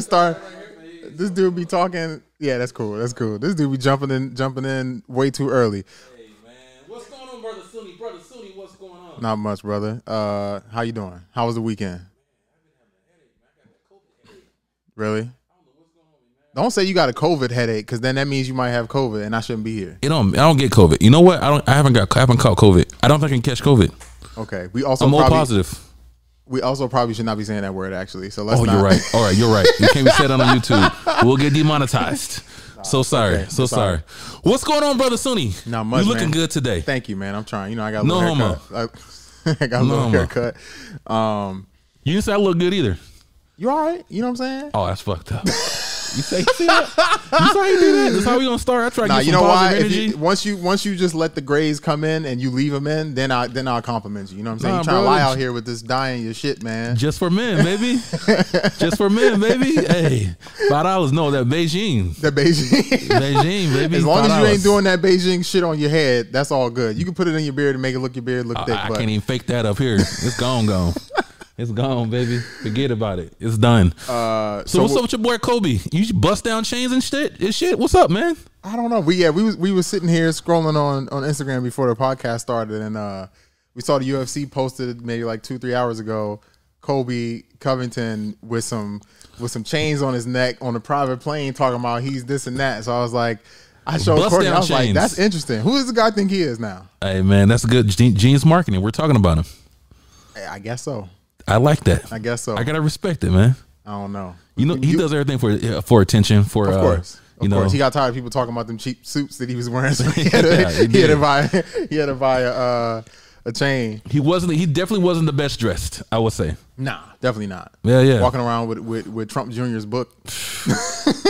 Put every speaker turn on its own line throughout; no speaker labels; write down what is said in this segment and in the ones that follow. start. This dude be talking. Yeah, that's cool. That's cool. This dude be jumping in, jumping in way too early.
Hey man, what's going on, brother Sunni? Brother Sunni, what's going on?
Not much, brother. Uh, how you doing? How was the weekend? Really? Don't say you got a COVID headache, because then that means you might have COVID, and I shouldn't be here.
You don't. I don't get COVID. You know what? I don't. I haven't got. I haven't caught COVID. I don't think I can catch COVID.
Okay. We also
I'm more
probably,
positive.
We also probably should not be saying that word actually. So let's.
Oh,
not.
you're right. All right, you're right. You can't be said that on YouTube. We'll get demonetized. So sorry.
okay.
So
It's all
sorry. What's going on, brother Sunni?
Not much,
You looking
man.
good today.
Thank you, man. I'm trying. You know, I got a
No
little
homo.
haircut. I, I got a
No
little
homo.
haircut. Um,
You didn't say I look good either.
you all right? You know what I'm saying?
Oh, that's fucked up. You say you see that? You saw you do that? That's how we gonna start. I try to
Nah,
get
you
some
know why?
positive
If
energy.
you, once you once you just let the grays come in and you leave them in, then I then I'll compliment you. You know what I'm saying?
Nah,
you trying
bro,
to lie
it's-
out here with this dying your shit, man.
Just for men, baby. Just for men, baby. Hey, five dollars. No, that Beijing.
That Beijing.
Beijing, baby.
As long
five
as you ain't
dollars.
doing that Beijing shit on your head, that's all good. You can put it in your beard and make it look your beard look thick.
Uh, I, I
but
can't even fake that up here. It's gone, gone. It's gone, baby. Forget about it. It's done.
uh,
so, what's up with your boy Kobe? You bust down chains and shit. And shit. What's up, man?
I don't know. We yeah, we was we was sitting here scrolling on on Instagram before the podcast started, and uh we saw the UFC posted maybe like two three hours ago. Kobe Covington with some with some chains on his neck on a private plane, talking about he's this and that. So I was like, I showed
Bust
Courtney. I
down
was like,
chains.
that's interesting. Who does the guy think he is now?
Hey, man, that's good. Gen- Genius marketing. We're talking about him.
Eh, I guess so.
I like that.
I guess so.
I gotta respect it, man.
I don't know.
You know, he does everything for yeah, for attention. For
Of
uh,
course. Of
you know,
course, he got tired of people talking about them cheap suits that he was wearing. So he had to,
Yeah, he
he had to
did.
buy he had to buy a uh, a chain.
he wasn't. He definitely wasn't the best dressed. I would say.
Nah, definitely not.
Yeah, yeah.
Walking around with with, with Trump Jr.'s book,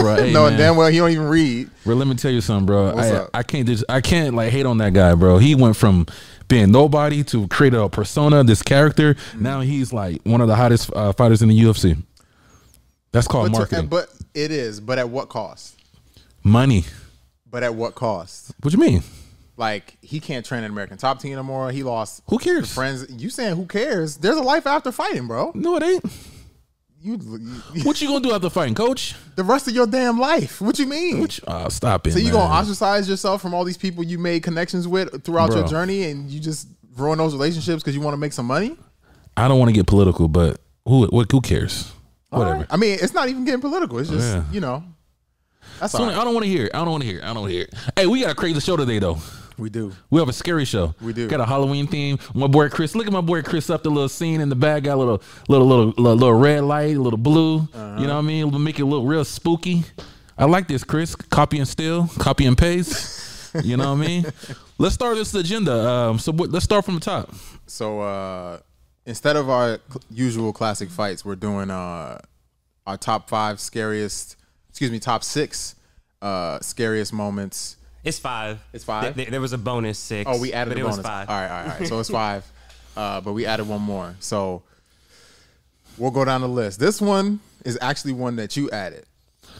Right. hey,
knowing
man.
damn well he don't even read.
Bro, let me tell you something, bro.
What's
I,
up?
I can't just I can't like hate on that guy, bro. He went from being nobody to create a persona, this character.
Mm.
Now he's like one of the hottest uh, fighters in the UFC. That's
But,
called
to-
marketing.
but it is. But at what cost?
Money.
But at what cost?
What you mean?
Like he can't train an American top team anymore. He lost
Who cares?
friends. You saying who cares? There's a life after fighting, bro.
No, it ain't.
You, you-
What you gonna do after fighting, coach?
the rest of your damn life. What you mean?
What you, oh, stop it.
so you
man.
gonna ostracize yourself from all these people you made connections with throughout your
Bro.
journey, and you just ruin those relationships because you want to make some money?
I don't want to get political, but who what, who cares? Whatever.
I mean, it's not even getting political. It's just
Yeah.
you know. That's
So,
all right.
I don't want to hear. it. I don't want to hear. it. I don't want to hear. it. Hey, we got a crazy show today, though.
We do.
We have a scary show.
We do.
Got a Halloween theme. My boy Chris, look at my boy Chris up the little scene in the back. Got a little, little, little, little, little red light, a little blue.
Uh-huh.
You know what I mean? It'll make it look real spooky. I like this, Chris. Copy and steal, copy and paste. you know what I mean? Let's start this agenda. Um, so what, let's start from the top.
So uh, instead of our cl- usual classic fights, we're doing uh, our top five scariest, excuse me, top six uh, scariest moments.
It's five.
It's five?
Th- th- there was a bonus six.
Oh, we added
but
a
it
bonus.
Was five.
All right, all right, all right. So it's five, uh, but we added one more. So we'll go down the list. This one is actually one that you added.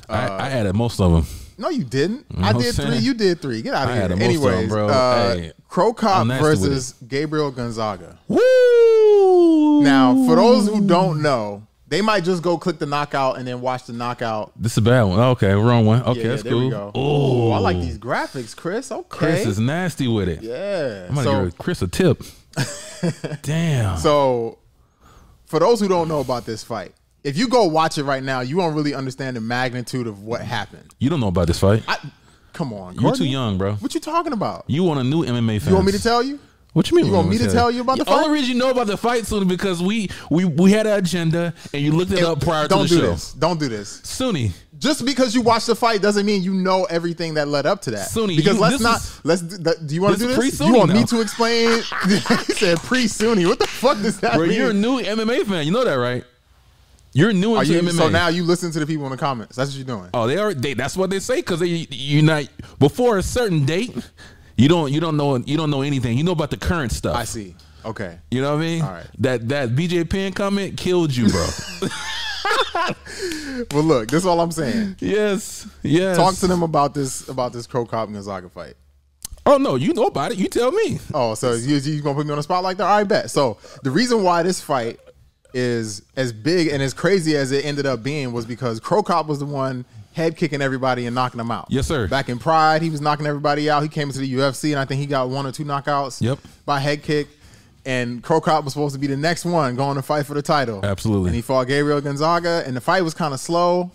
Uh,
I, I added most of them.
No, you didn't. I
I'm
did three.
saying.
You did three. Get out of
I
here.
had the most of 'em,
Anyways,
bro.
uh,
Hey,
Crow Cop
I'm nasty with
versus Gabriel Gonzaga.
Woo!
Now, for those who don't know, they might just go click the knockout and then watch the knockout.
this is a bad one. Okay, wrong one. Okay,
Yeah,
that's
there
cool.
we go.
Oh,
I like these graphics, Chris. Okay.
Chris is nasty with it.
yeah.
I'm gonna
So,
give Chris a tip. Damn.
so, for those who don't know about this fight, if you go watch it right now, you won't really understand the magnitude of what happened.
You don't know about this fight.
I, come on,
You're too
Courtney.
young, bro.
What you talking about?
You want a new MMA fan?
You want me to tell you?
What you mean?
you
what
want
I
me to tell you about the
Only
fight?
reason you know about the fight soon because we we we had an agenda and you looked it up prior
Don't
to
do
the show.
this. Don't do this.
Sunni,
just because you watched the fight doesn't mean you know everything that led up to that.
Sunni,
because
you-
let's
this
not
is-
let's do, that- do you want
this
to do
is
this? You
pre-Sunni
want me
now.
to explain? he said pre Sunni. What the fuck does that
bro,
mean?
you're a new MMA fan. You know that, right? You're new
Are
into
you-
MMA.
so now you listen to the people in the comments. That's what you're doing.
oh, they are. They, that's what they say because they you not before a certain date. You don't you don't know you don't know anything. You know about the current stuff.
I see. Okay.
You know what I mean?
All right.
That that BJ Penn comment killed you, bro.
Well, look, this is all I'm saying.
yes. Yes.
Talk to them about this about this Crow Cop Gonzaga fight.
Oh no, you know about it. You tell me.
Oh, so you you gonna put me on the spot like that? All right, bet. So the reason why this fight is as big and as crazy as it ended up being was because Crow Cop was the one head kicking everybody and knocking them out.
Yes, sir.
Back in Pride, he was knocking everybody out. He came into the UFC and I think he got one or two knockouts
Yep.
by head kick. And Crow Cop was supposed to be the next one going to fight for the title.
Absolutely.
And he fought Gabriel Gonzaga and the fight was kind of slow.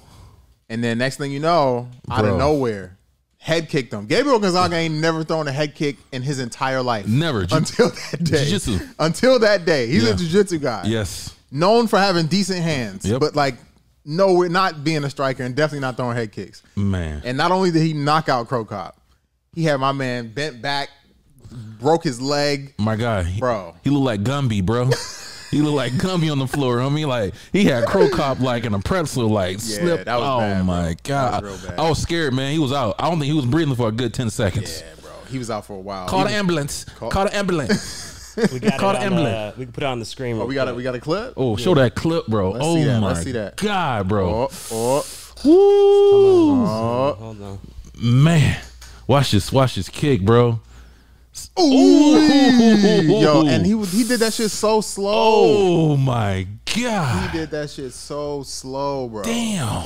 And then next thing you know, out
Bro.
of nowhere, head kicked him. Gabriel Gonzaga ain't never thrown a head kick in his entire life.
Never. Ju-
until that day.
Jiu-jitsu.
Until that day. He's
Yeah.
a jiu-jitsu guy.
Yes.
Known for having decent hands,
Yep.
but like no, we're not being a striker and definitely not throwing head kicks.
Man.
And not only did he knock out Crow Cop, he had my man bent back, broke his leg.
My guy.
Bro.
He looked like Gumby, bro. he looked like Gumby on the floor, homie. Like he had Crow Cop like in a pretzel, like
Yeah,
slip.
that was
oh
bad, bro.
my god.
real bad.
I was scared, man. He was out. I don't think he was breathing for a good ten seconds.
Yeah, bro. He was out for a while.
Call
He
the
was-
ambulance. Call, the ambulance.
We got
Call the
it on,
emblem.
uh, we can put it on the screen.
oh, we got a, we got a clip.
Oh, show that clip, bro.
Let's
oh
see that.
my
Let's see that.
god, bro.
Oh, oh,
Woo,
oh.
Hold on.
man. Watch this. Watch this kick, bro.
Ooh. Yo,
Ooh.
and he was he did that shit so slow.
Oh my
He
god.
did that shit so slow, bro.
Damn,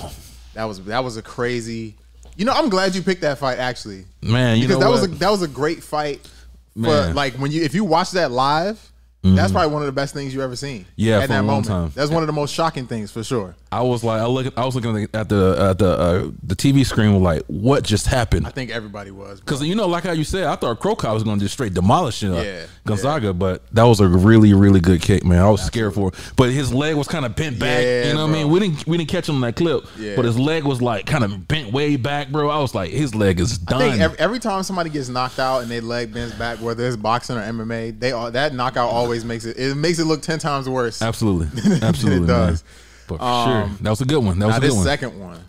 That was that was a crazy. You know, I'm glad you picked that fight actually.
man. You
because
know
that
what?
was a, that was a great fight.
Man. Mm-hmm.
But like when you if you watch that live, that's probably one of the best things you ever seen.
Yeah,
at
for
that
a long
moment,
time.
that's one of the most shocking things for sure.
I was like, I look, I was looking at the at the uh, the TV screen, was like, what just
I
happened?
think everybody was.
Because you know, like how you said, I thought Crow Cop was going to just straight demolish uh,
Yeah,
Gonzaga, but that was a really, really good kick, man. I was scared for, it. but his leg was kind of bent back.
Yeah,
you know what I mean?
bro.
We didn't we didn't catch him in that clip,
Yeah.
but his leg was like kind of bent way back, bro. I was like, his leg is
I think
done.
every, every time somebody gets knocked out and they leg bends back, whether it's boxing or MMA, they all, that knockout always makes it it makes it look ten times worse.
absolutely, absolutely,
does. Um,
Man. For sure, that was a good one. That was
Now
a good
this
one.
second one,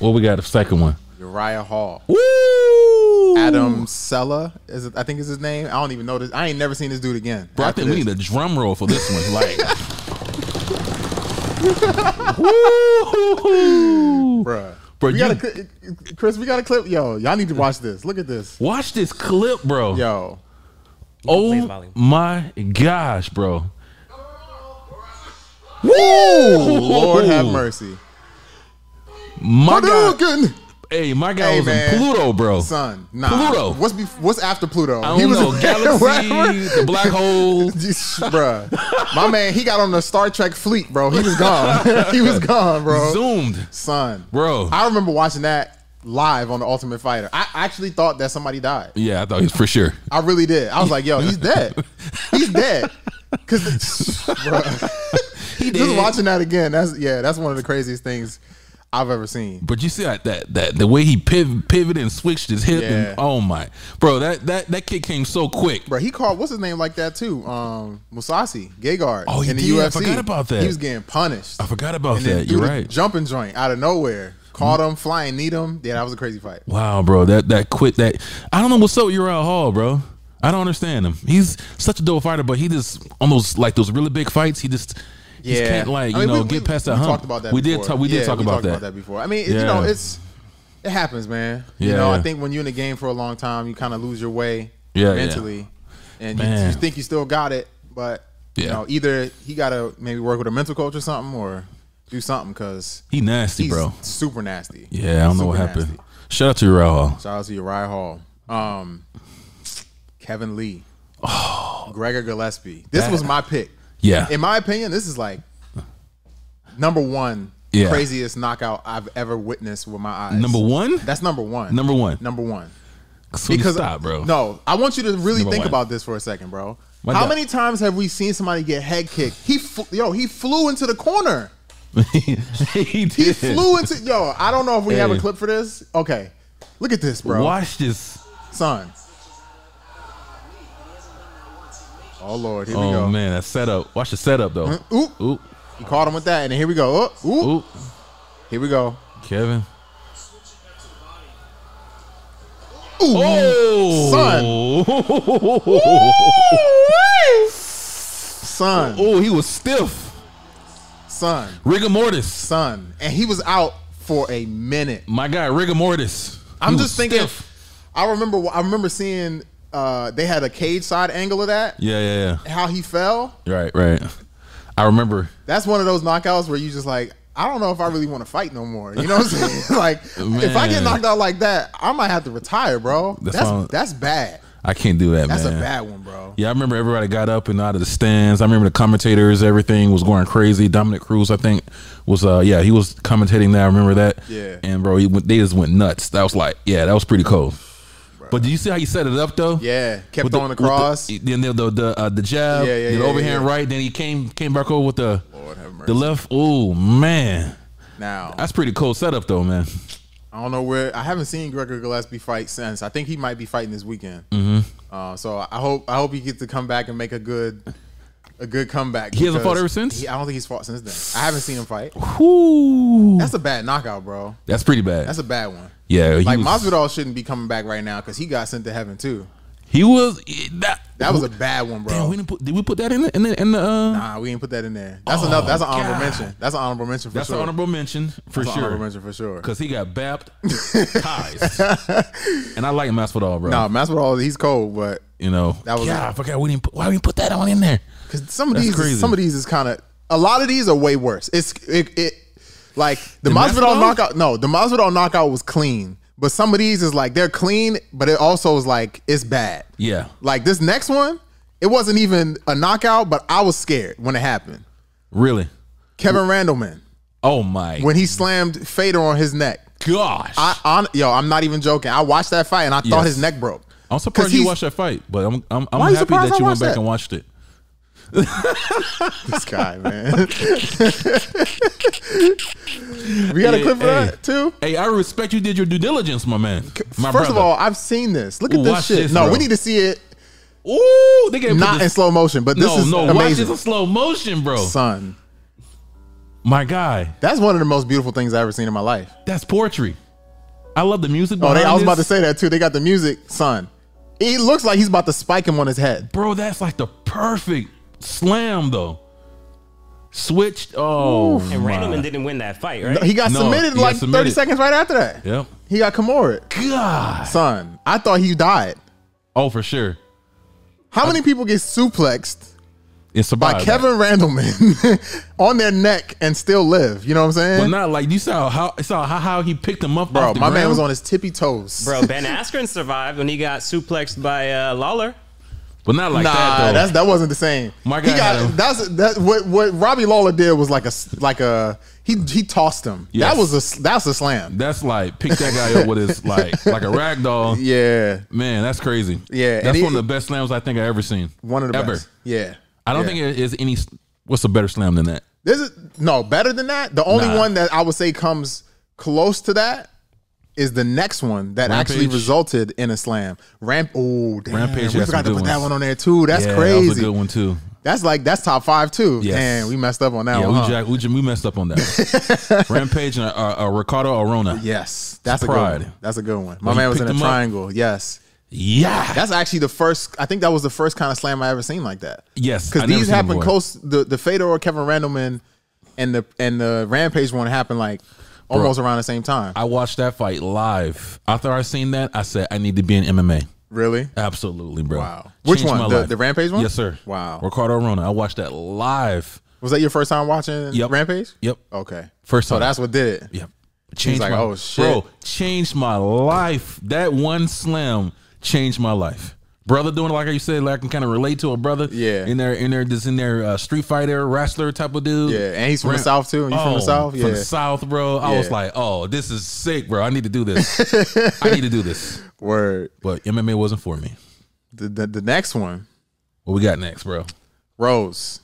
well, we got the second one.
Uriah Hall,
Woo!
Adam Sella is it, I think is his name. I don't even know this. I ain't never seen this dude again.
Bro, I
after
think we
this.
need a drum roll for this one. Like, Woo!
Bruh. we
Bro, you-
got a cli- Chris, we got a clip. Yo, y'all need to watch this. Look at this.
Watch this clip, bro.
Yo.
Please,
oh
volume.
my gosh, bro.
Lord have mercy.
My guy,
Hadouken!
hey, my guy
Hey,
was
man.
in Pluto, bro.
Son, nah.
Pluto.
What's bef- what's after Pluto?
I don't know. Galaxy,
wherever-
the black hole.
Just- bruh. My man, he got on the Star Trek fleet, bro. He was gone. he was gone, bro.
Zoomed.
Son.
Bro.
I remember watching that live on the Ultimate Fighter. I actually thought that somebody died.
Yeah, I thought he was for sure.
I really did. I was like, yo, he's dead. He's dead. Cause bruh. just
dead.
watching that again, that's yeah, that's one of the craziest things I've ever seen.
But you see that that, that the way he piv- pivoted and switched his hip
Yeah.
and oh my, bro, that that that kick came so quick.
Bro, he called what's his name like that too? Um Musasi, Gegard.
Oh, he
in the
did. I
UFC.
forgot about that.
He was getting punished.
I forgot about
And then
that.
threw
You're
the
right. Mm.
Jumping joint out of nowhere. Caught him, flying, need him. Yeah, that was a crazy fight.
Wow, bro, that that quit that I don't know what's up with Uriah Hall, bro. I don't understand him. He's such a dope fighter, but he just on those like those really big fights, he just he just
Yeah.
can't like
I
you
mean,
know
we-
get
we-
past that
we
hump.
talked about that.
we did
before.
talk. We did
Yeah,
talk
we
about
talked
that.
about that before. I mean, it- you
Yeah.
know, it's it happens, man. You
Yeah.
know, I think when you're in the game for a long time, you kind of lose your way
Yeah, yeah.
mentally, and you,
Man.
you think you still got it, but you
Yeah.
know, either he got to maybe work with a mental coach or something, or do something because
He nasty,
he's
bro.
super nasty.
Yeah, I don't know
Super
what happened.
nasty.
Shout out to Uriah Hall.
Shout out to Uriah Hall, um, Kevin Lee, Gregor Gillespie. This was my pick.
Yeah,
In my opinion, this is like number one
Yeah.
craziest knockout I've ever witnessed with my eyes.
number one.
That's number one.
Number one.
Number one.
So because stop, bro.
No, I want you to really
Number
think
one.
about this for a second, bro.
My
How
God.
many times have we seen somebody get head kicked? He fl- yo, he flew into the corner.
he did.
He flew into yo. I don't know if we have a
Hey.
clip for this. Okay, look at this, bro.
Watch this.
Son. Oh lord, here we
Oh
go.
man, that setup. Watch the setup though.
Oop,
Oop,
he caught him with that, and then here we go. Oop, oop.
oop.
Here we go.
Kevin.
Ooh.
Oh,
Son,
Oh, he was stiff.
son,
Rigor mortis.
son. And he was out for a minute.
My guy, rigor mortis.
I'm
He
just
was
thinking.
stiff.
I remember. I remember seeing. Uh, they had a cage side angle of that.
Yeah, yeah,
How he fell.
yeah. Right, right. I remember
That's one of those knockouts where you just like, I don't know if I really want to fight no more. You know what I'm saying? like, if I get
Man.
knocked out like that, I might have to retire, bro.
That's
That's
why-
that's, bad.
I can't do that,
That's
man.
a bad one, bro.
Yeah, I remember everybody got up and out of the stands. I remember the commentators, everything was going crazy. Dominic Cruz, I think, was uh yeah, he was commentating that. I remember that.
Yeah.
And bro, he went, they just went nuts. That was like, yeah, that was pretty cool. But do you see how you set it up though?
Yeah, kept
With
throwing the,
with
cross.
then the the the, uh, the jab,
Yeah, yeah,
then the
yeah,
overhand
yeah.
right. Then he came came back over with the
Lord have mercy.
the left. Oh man,
now
that's pretty cool setup though, man.
I don't know where I haven't seen Gregor Gillespie fight since. I think he might be fighting this weekend.
Mm-hmm.
Uh, so I hope I hope he gets to come back and make a good a good comeback.
He hasn't fought
because
ever since?
he- I don't think he's fought since then. I haven't seen him fight.
Whew.
That's a bad knockout, bro.
That's pretty bad.
That's a bad one.
yeah, he
Like
was,
Masvidal shouldn't be coming back right now because he got sent to heaven too.
He was that.
That was a bad one, bro.
Damn, we didn't put, did we put that in the in the, in the uh,
nah, we didn't put that in there. That's
Oh,
enough. That's an honorable
God.
mention. That's an honorable mention for
That's
sure.
an honorable mention for
That's an honorable mention
sure.
for sure.
Because he got bapped, ties, and I like Masvidal, bro.
Nah, Masvidal, he's cold, but
you know,
That was
yeah.
it.
I forgot we didn't. Put, why we didn't put that on in there?
Because some of
That's
these,
crazy.
some of these is kind of a lot of these are way worse. It's it, it like the,
The
Masvidal
Masvidal?
knockout. No, the Masvidal knockout was clean, but some of these is like they're clean, but it also is like it's bad.
Yeah.
Like this next one, it wasn't even a knockout, but I was scared when it happened.
Really?
Kevin Randleman
Oh my
when he slammed Fader on his neck.
gosh!
I on yo, I'm not even joking. I watched that fight and I thought
Yes.
his neck broke.
I'm surprised
'Cause
you
he's-
watched that fight, but I'm I'm, I'm
Why you
happy
surprised
that
I
you went
watched
back
that?
and watched it.
This guy, man. we got a
Yeah,
clip for
hey.
that too.
Hey, I respect you did your due diligence, my man. My
First of
brother.
all, I've seen this. Look
Ooh,
at this
watch
shit.
this,
no,
bro.
we need to see it
ooh, they gave
not in
this,
slow motion, but this
no
is
no watch
amazing.
this in slow motion, bro.
Son,
My guy,
that's one of the most beautiful things I've ever seen in my life.
that's poetry. I love the music.
Oh, they,
behind
I was about to
this.
say that too. They got the music, son. He looks like he's about to spike him on his head.
bro, that's like the perfect slam though. Switched. Oh,
And
my.
Randleman didn't win that fight, right?
He got
No,
submitted
he got
like
submitted.
30 seconds right after that.
Yep.
He got Kimura.
God.
Son, I thought he died.
Oh, for sure.
How many people get suplexed
It's
by
about
Kevin Randleman on their neck and still live? You know what I'm saying?
But not like you saw how saw how, how he picked him up.
Bro,
off
my
the
man was
ground.
on his tippy toes.
Bro, Ben Askren survived when he got suplexed by uh, Lawler.
But not like
nah,
that though.
that's that wasn't the same.
My
he
guy had
got
him.
that's that what what Robbie Lawler did was like a s- like a he he tossed him.
Yes.
That was a s- that's a slam.
That's like pick that guy up with his like like a rag doll.
Yeah,
Man, that's crazy.
Yeah, and
that's
he-
one of the best slams I think I ever seen.
one of the
ever.
best. Yeah,
I don't
Yeah.
think it is any. What's a better slam than that?
This is no better than that. The only
Nah.
one that I would say comes close to that is the next one that actually
Rampage?
resulted in a slam. Ramp. Oh, damn.
Rampage
We
had some
forgot to
good
put that
ones.
one on there too. That's
yeah,
crazy.
That was a good one too.
That's like that's top five too.
Yes.
Damn, we messed up on that
Yeah,
one.
we,
huh?
jack, we, jam- we messed up on that. one. Rampage and uh, uh, Ricardo Arona.
yes, that's a
Pride.
good one. That's a good one. My
When you
man was in
picked
a
him up.
triangle. Yes.
Yeah.
That's actually the first. I think that was the first kind of slam I ever seen like that.
Yes, I
because
never
these
seen it
happened
before.
close. The the Fedor or Kevin Randleman, and the and the Rampage one happened like almost around the same time.
I watched that fight live. After I seen that, I said I need to be in MMA.
really?
Absolutely, bro.
Wow. Which
Changed
one?
my
The-
life.
the Rampage one?
Yes, sir.
Wow.
Ricardo Arona. I watched that live.
Was that your first time watching
Yep.
Rampage?
Yep.
Okay.
First
So
time.
that's what did it.
Yeah. Changed
like,
my
"Oh, shit."
Bro, changed my life. That one slam changed my life. Brother doing it like you said, like I can kind of relate to a brother.
Yeah.
In there, in there, this in there, uh, street fighter, wrestler type of dude.
Yeah, and he's from
Ram- Oh,
the south too. You from the south? Yeah.
From the south, bro. I was
Yeah.
like, oh, this is sick, bro. I need to do this. I need to do this.
Word.
But MMA wasn't for me.
The, the the next one,
What we got next, bro?
Rose,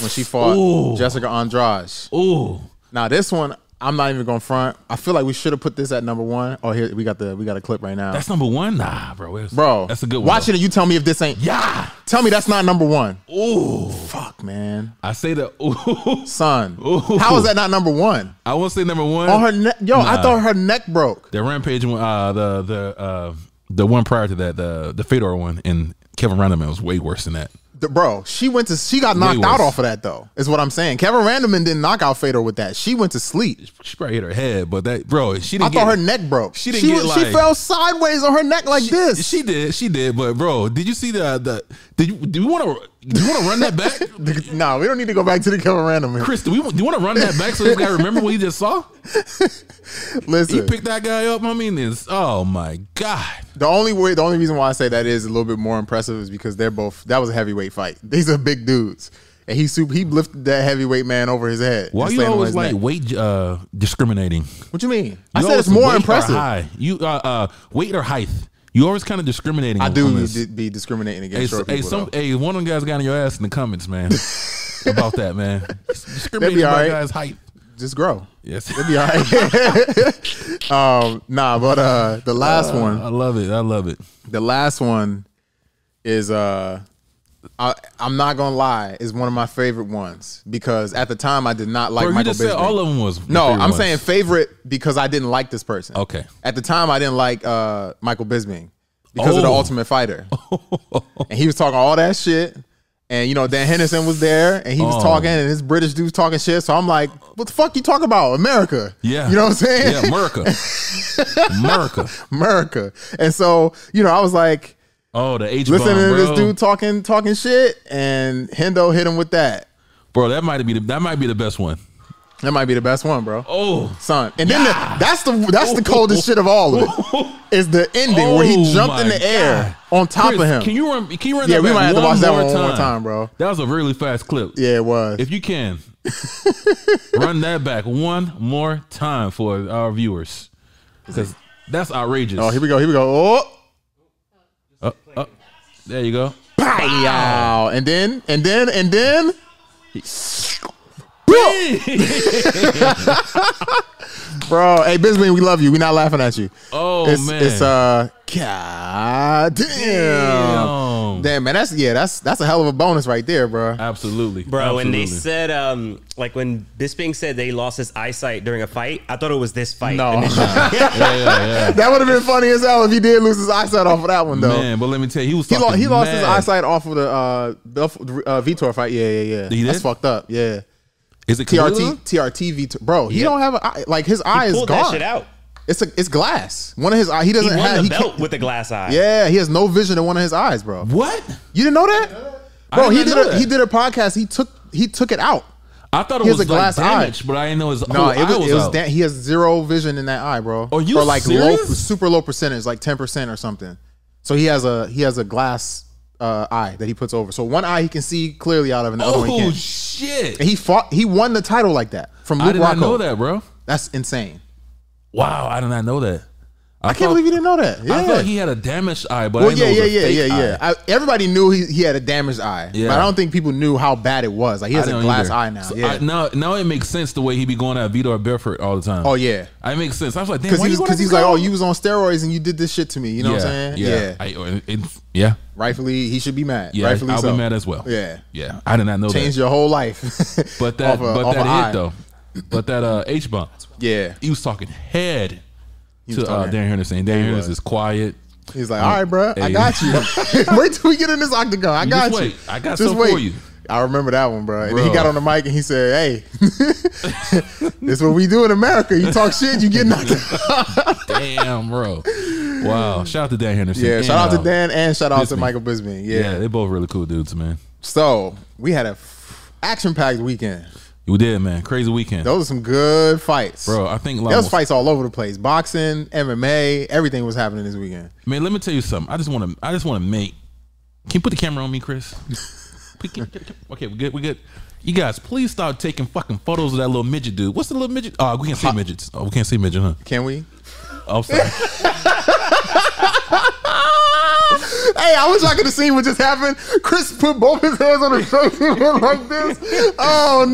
when she fought
Ooh.
Jessica Andrade.
Ooh.
Now this one, I'm not even going to front. I feel like we should have put this at number one. Oh, here we got the we got a clip right now,
That's number one? Nah, bro. where's-
bro.
That's a good one.
Watch
though.
it and you tell me if this ain't.
Yeah.
Tell me that's not number one.
Ooh.
Fuck, man,
I say that. Ooh.
son.
Ooh.
How is that not number one?
I won't say number one.
On her neck, yo, I thought her neck broke.
The rampage one, uh, the the uh, the one prior to that, the the Fedor one, and Kevin Randleman was way worse than that.
The- bro, she went to she got knocked
worse.
out off of that though. Is what I'm saying. Kevin Randleman didn't knock out Fedor with that. She went to sleep.
She probably hit her head, but that bro, she
I
didn't.
thought
get-
her neck broke.
She didn't get
was-
like-
she fell sideways on her neck like this.
She did, she did, but bro, did you see the the Did you, do you want to? Do you want to run that back,
nah, we don't need to go back to the Kevin Random. here.
Chris? Do we? Do you want to run that back so this guy remember what he just saw? He
Listen,
picked that guy up. I mean, this. Oh my god.
the only way, the only reason why I say that is a little bit more impressive is because they're both. That was a heavyweight fight. These are big dudes, and he super, he lifted that heavyweight man over his head.
Why
and
you
slammed him on
always
his
like
neck.
weight uh, discriminating?
What you mean? I
You
said it's
always
more
weight or
impressive.
high. You uh, uh, weight or height? You always kind of discriminating.
I
on-
do
on this.
d- be discriminating
Hey,
against
so,
short
hey,
people.
some,
though.
hey, one of them guys got on your ass in the comments, man. about that, man. Discriminating
all
about
right.
guys' height.
Just grow.
Yes.
It'll be all right. um, nah, but uh, the last one,
I love it. I love it.
the last one is uh I, I'm not gonna lie, is one of my favorite ones because at the time I did not like
Bro, you
Michael
just said
Bisping.
all of them was.
no,
favorite
I'm
ones.
saying favorite because I didn't like this person.
Okay.
At the time, I didn't like uh, Michael Bisping because of the
Oh.
Ultimate Fighter, and he was talking all that shit. And you know Dan Henderson was there, and he was
Oh.
talking, and his British dude's talking shit. So I'm like, "What the fuck you talking about, America?"
Yeah.
you know what I'm saying?
Yeah, America. America.
America. And so you know, I was like,
Oh, the H bomb,
listening to
bro.
this dude talking talking shit, and Hendo hit him with that.
bro, that might be the, that might be the best one.
That might be the best one, bro.
Oh,
Son, and then the, that's the that's the coldest shit of all of it is the ending where he
Oh
jumped in
my
the air on top
Chris,
of him.
Can you run? Can you run?
Yeah,
that
we
back
might have to
one
watch that
more
one one
time.
more time, bro.
That was a really fast clip.
yeah, it was.
If you can, run that back one more time for our viewers, because that's outrageous.
oh, here we go. Here we go. Oh,
Up, up. There you go.
pow! And then and then and then. Bro, hey Bisbee, we love you. We not laughing at you.
Oh
it's,
man.
it's uh, god damn.
Damn.
damn, man, that's yeah, that's that's a hell of a bonus right there, bro.
Absolutely,
Bro, when they
Absolutely.
said, um, like when Bisping said they lost his eyesight during a fight, I thought it was this fight.
No.
initially.
yeah, yeah, yeah.
That would have been funny as hell if he did lose his eyesight off of that one, though.
Man, but let me tell you, he was
he lost,
talking
he lost his
mad.
eyesight off of the uh, Belf- uh Vitor fight. Yeah, yeah, yeah.
He
That's
did?
fucked up. Yeah.
Is it
TRT,
Kalila?
TRT Vitor. Bro, he
Yeah.
don't have an eye. Like his eye is
Pulled
gone.
that shit out.
It's a, it's glass. One of his eyes. He
He
doesn't
won
have.
the
he
belt
can't,
with the glass eye.
yeah, he has no vision in one of his eyes, bro.
What?
You didn't know that, bro?
did
He
not
did.
know
A,
that.
he did a podcast. He took he took it out.
I thought it
He has
was
a glass
glass
eye.
like damaged, but I didn't know his
No, it was,
eye was,
it was
out.
da- he has zero vision in that eye, bro.
Are you
or like low,
serious?
super low percentage, like ten percent or something. So he has a he has a glass uh, eye that he puts over. So one eye he can see clearly out of, and the other one he
Oh
can't.
shit!
and he fought. He won the title like that from Luke
I did not
Rocco.
know that, bro.
That's insane.
Wow, I did not know that. I,
I can't believe you didn't know that. Yeah.
I thought he had a damaged eye, but
well,
I
yeah,
didn't
yeah,
know it was
yeah,
a
yeah,
fake
yeah. I, everybody knew he, he had a damaged eye, but
Yeah.
I don't think people knew how bad it was. Like he
I
has a
don't
glass
either.
eye now.
So
yeah.
I- now, now it makes sense the way he be going at Vitor Belfort all the time.
oh yeah.
I makes sense. I was like, damn,
Because
why
he
you
was,
going
cause
at
he's
this
like,
guy?
oh, you was on steroids and you did this shit to me. You know what I'm saying?
Yeah, I- it- it- yeah,
Rightfully, he should be mad.
yeah.
Rightfully
I'll
so.
be mad as well.
Yeah.
yeah. I did not know
Changed
that.
your whole life.
But that,
Off a-
but
off a
that
eye.
hit though. But that uh, H bomb.
Yeah.
He was talking head
He
to
was
uh,
talking.
Darren Henderson. Darren
was.
Henderson is quiet.
He's like, all right, bro, I
Hey.
got you. Wait till we get in this octagon. I
You
got
just
you.
wait. I got something for you.
I remember that one, bro. And then he
Bruh.
got on the mic and he said, "Hey, this what we do in America. You talk shit, you get knocked." out."
Damn, bro. Wow. Shout out to Dan Henderson.
yeah.
And,
Shout out
uh,
to Dan and shout out to
Bisbee.
Michael Bisping. Yeah.
Yeah. they're both really cool dudes, man.
So we had a action packed weekend.
You did, man. Crazy weekend.
Those are some good fights,
Bro, I think
There
like
was fights all over the place. Boxing, MMA, everything was happening this weekend.
man, let me tell you something. I just wanna I just wanna make can you put the camera on me, Chris? We can- okay, we good, we good. You guys, please stop taking fucking photos of that little midget dude. What's the little midget? Oh, we can't see midgets. Oh, we can't see midget, huh?
Can we?
Oh, I'm sorry.
Hey, I wish I could have seen what just happened. Chris put both his hands on his face and went like this. Oh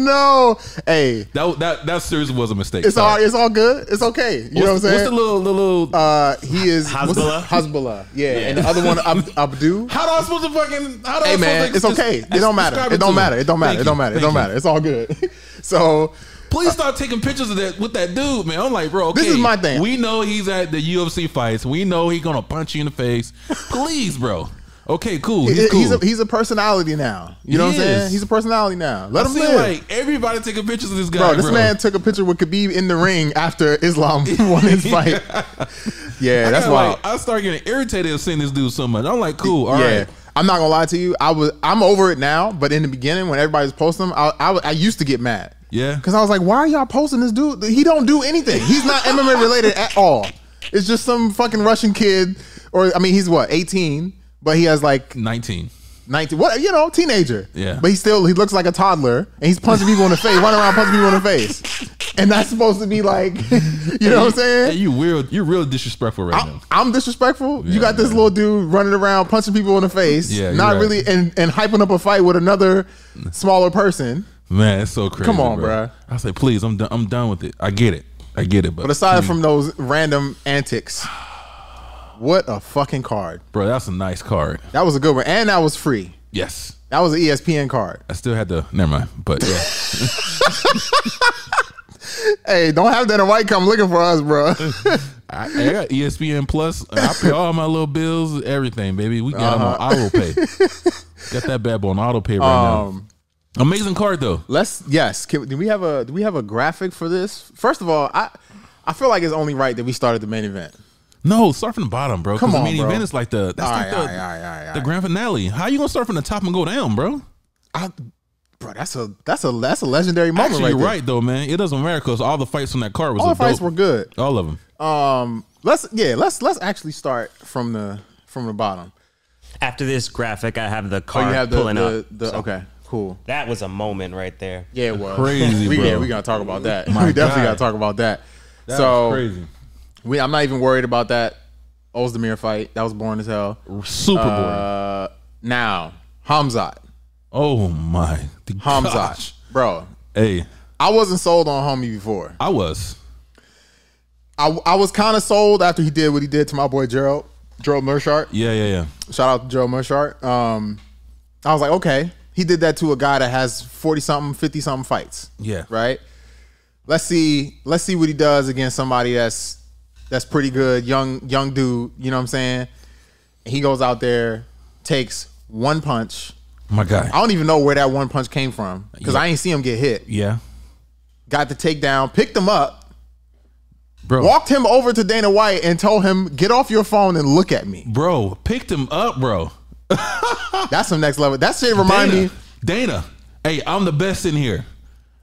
no! Hey,
that that that seriously was a mistake.
it's all
Sorry.
it's all good. It's okay. You know what I'm
What's-
saying?
What's the little the little
uh, he is what's-
Hezbollah?
Hezbollah, yeah. And the other one, Ab- Abdu.
How do I supposed to fucking? How do I
Hey
supposed
man,
to
it's okay. It don't matter.
describe
It
to
don't
him?
matter. It don't matter.
Thank
It don't
you.
matter. It don't
Thank you.
matter. It's all good. So
Please stop taking pictures of that with that dude, man. I'm like, bro. Okay,
This is my thing.
We know he's at the UFC fights. We know he's gonna punch you in the face. Please, bro. Okay, cool. He's
he's,
cool.
he's a he's a personality now. You know
He
what I'm saying?
is.
He's a personality now. Let
I
him
feel
live.
like everybody taking pictures of this guy,
Bro,
bro.
this man took a picture with Khabib in the ring after Islam won his fight. Yeah,
I
that's
kinda
wild.
Like, I start getting irritated of seeing this dude so much. I'm like, cool. all right.
yeah. I'm not gonna lie to you. I was I'm over it now, but in the beginning when everybody was posting them, I I, I used to get mad.
Yeah.
because I was like, why are y'all posting this dude? He don't do anything. He's not MMA related at all. It's just some fucking Russian kid, or I mean, he's what 18, but he has like
19.
19 what you know teenager
Yeah.
but he still he looks like a toddler and he's punching people in the face running around punching people in the face and that's supposed to be like you know what i'm
Hey,
saying
you real, you're real disrespectful right
I,
now.
i'm disrespectful
Yeah,
you got this
man.
little dude running around punching people in the face
Yeah, you're
not
right.
really and, and hyping up a fight with another smaller person
Man, it's so crazy.
Come on, bruh.
I say, please, I'm done. I'm done with it. I get it. I get it, but,
but aside from those random antics what a fucking card
bro, that's a nice card.
that was a good one and that was free
Yes,
that was an E espn card
I still had to. Never mind. But yeah,
hey don't have that in white come looking for us bro
I, I got E ESPN Plus. I pay all my little bills, everything, baby. We got them on auto pay. got that bad boy on auto pay right
Uh-huh. um
now. Amazing card though.
Let's yes. Can, do we have a do we have a graphic for this? First of all, I I feel like it's only right that we started the main event.
No, start from the bottom, bro. 'cause
Come
the
on,
main
bro.
event is like the that's
All
like
right,
the,
all right, all right, all right,
the
all right.
grand finale. How you gonna start from the top and go down, bro?
I, bro, that's a that's a that's a legendary moment.
Actually,
right
you're
there.
right though, man. It doesn't matter because all the fights on that card was
All the
a
fights
dope-
were good.
all of them.
Um, let's yeah, let's let's actually start from the from the bottom.
After this graphic, I have the
Oh,
car
you have the
pulling
the,
up.
the okay, cool.
That was a moment right there.
Yeah, it was
Crazy,
we,
bro.
Yeah, we gotta talk about that. we definitely
God.
gotta talk about that. so
crazy,
we, I'm not even worried about that Ozdemir fight. That was boring as hell.
super boring.
Uh, now Hamzat.
Oh my, the
Hamzat.
gosh.
Bro,
Hey,
I wasn't sold on homie before.
I was.
I, I was kind of sold after he did what he did to my boy Gerald, Gerald Mershart.
Yeah, yeah, yeah.
Shout out to Gerald Mershart. Um, I was like, okay, he did that to a guy that has 40 something, 50 something fights.
Yeah.
Right? Let's see, let's see what he does against somebody that's that's pretty good, young, young dude, you know what I'm saying? He goes out there, takes one punch.
My guy.
I don't even know where that one punch came from. Because I ain't see him get hit.
Yeah,
Got the takedown, picked him up.
bro.
walked him over to Dana White and told him, "Get off your phone and look at me."
Bro, picked him up, bro.
That's some next level. That shit remind
Dana,
me.
Dana. Hey, I'm the best in here.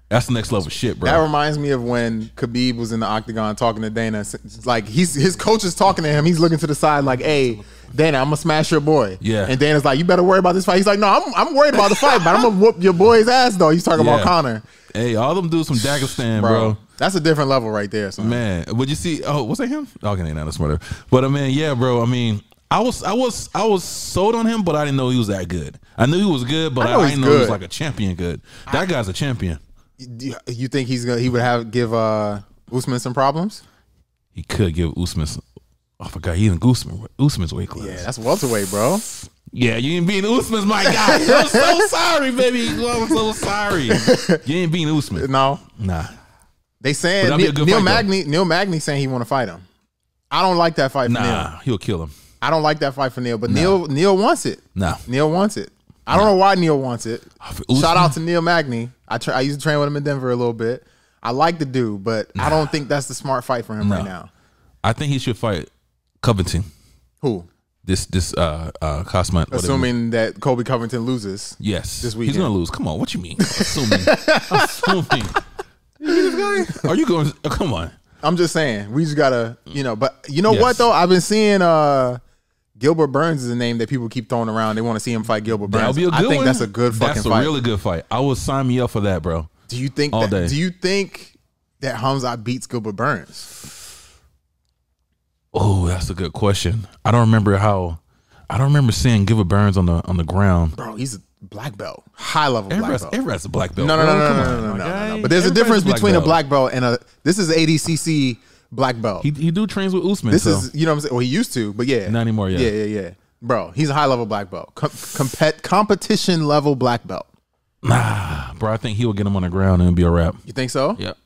That's the next level shit, bro.
That reminds me of when Khabib was in the octagon talking to Dana. It's Like he's his coach is talking to him. He's looking to the side, like, "Hey, Dana, I'm gonna smash your boy."
Yeah.
And Dana's like, "You better worry about this fight." He's like, "No, I'm I'm worried about the fight, but I'm gonna whoop your boy's ass though." He's talking
Yeah.
about Connor,
hey, all them dudes from Dagestan,
bro.
bro.
That's a different level right there. Son.
Man, would you see? Oh, was that him? Okay, nah, that's whatever. But I mean, yeah, bro. I mean, I was, I was, I was sold on him, but I didn't know he was that good. I knew he was good, but
I
I,
know
I
he's
didn't know he was
good.
like a champion. Good. That guy's a champion.
Do you- You think he's gonna he would have give uh Usman some problems?
He could give Usman. Some, I forgot he in Usman. Usman's weight class.
Yeah, that's welterweight, bro.
Yeah, you ain't beating Usman's my guy. I'm so sorry, baby. I'm so sorry. You ain't beating Usman.
No,
Nah.
They
But
saying
that'd be
Neil,
a good
Neil
fight, though.
Magny. Neil Magny saying he want to fight him. I don't like that fight for Neil.
Nah, he'll kill him.
I don't like that fight for Neil. But Neil Neil wants it.
Nah.
Neil wants it. I don't know why Neil wants it.
For Usman?
Shout out to Neil Magny. I tra- I used to train with him in Denver a little bit. I like the dude, but I don't think that's the smart fight for him right now.
I think he should fight Covington.
Who?
This this uh uh Cosman. whatever.
Assuming that Kobe Covington loses.
yes,
this
he's
weekend.
gonna lose. Come on, what you mean? Assuming, assuming. Are you going? oh, come on.
I'm just saying, we just gotta, you know. But you know
Yes.
what though? I've been seeing uh Gilbert Burns is a name that people keep throwing around. They want to see him fight Gilbert
That'll
Burns.
be a good
I think
one.
that's a good fucking
That's a
fight.
really good fight. I would sign me up for that, bro.
Do you think
All
that,
day.
do you think that Hamza beats Gilbert Burns?
Oh, that's a good question. I don't remember how. I don't remember seeing Giver Burns on the on the ground.
Bro, he's a black belt. High level black
Everybody's,
belt.
everybody's a black belt.
no, no,
bro.
no, no,
Come
no,
on,
no, no, no,
my
no,
guy.
no. But there's a difference
Everybody's
between
belt.
a black belt and a this is ADCC black belt.
He, he do trains with Usman.
this
so.
is you know what I'm saying? Well, he used to, but yeah.
Not anymore, yeah.
Yeah, yeah, yeah. Bro, he's a high level black belt. Com- compet- competition level black belt.
Bro, I think he will get him on the ground and it'll be a wrap.
You think so?
Yep.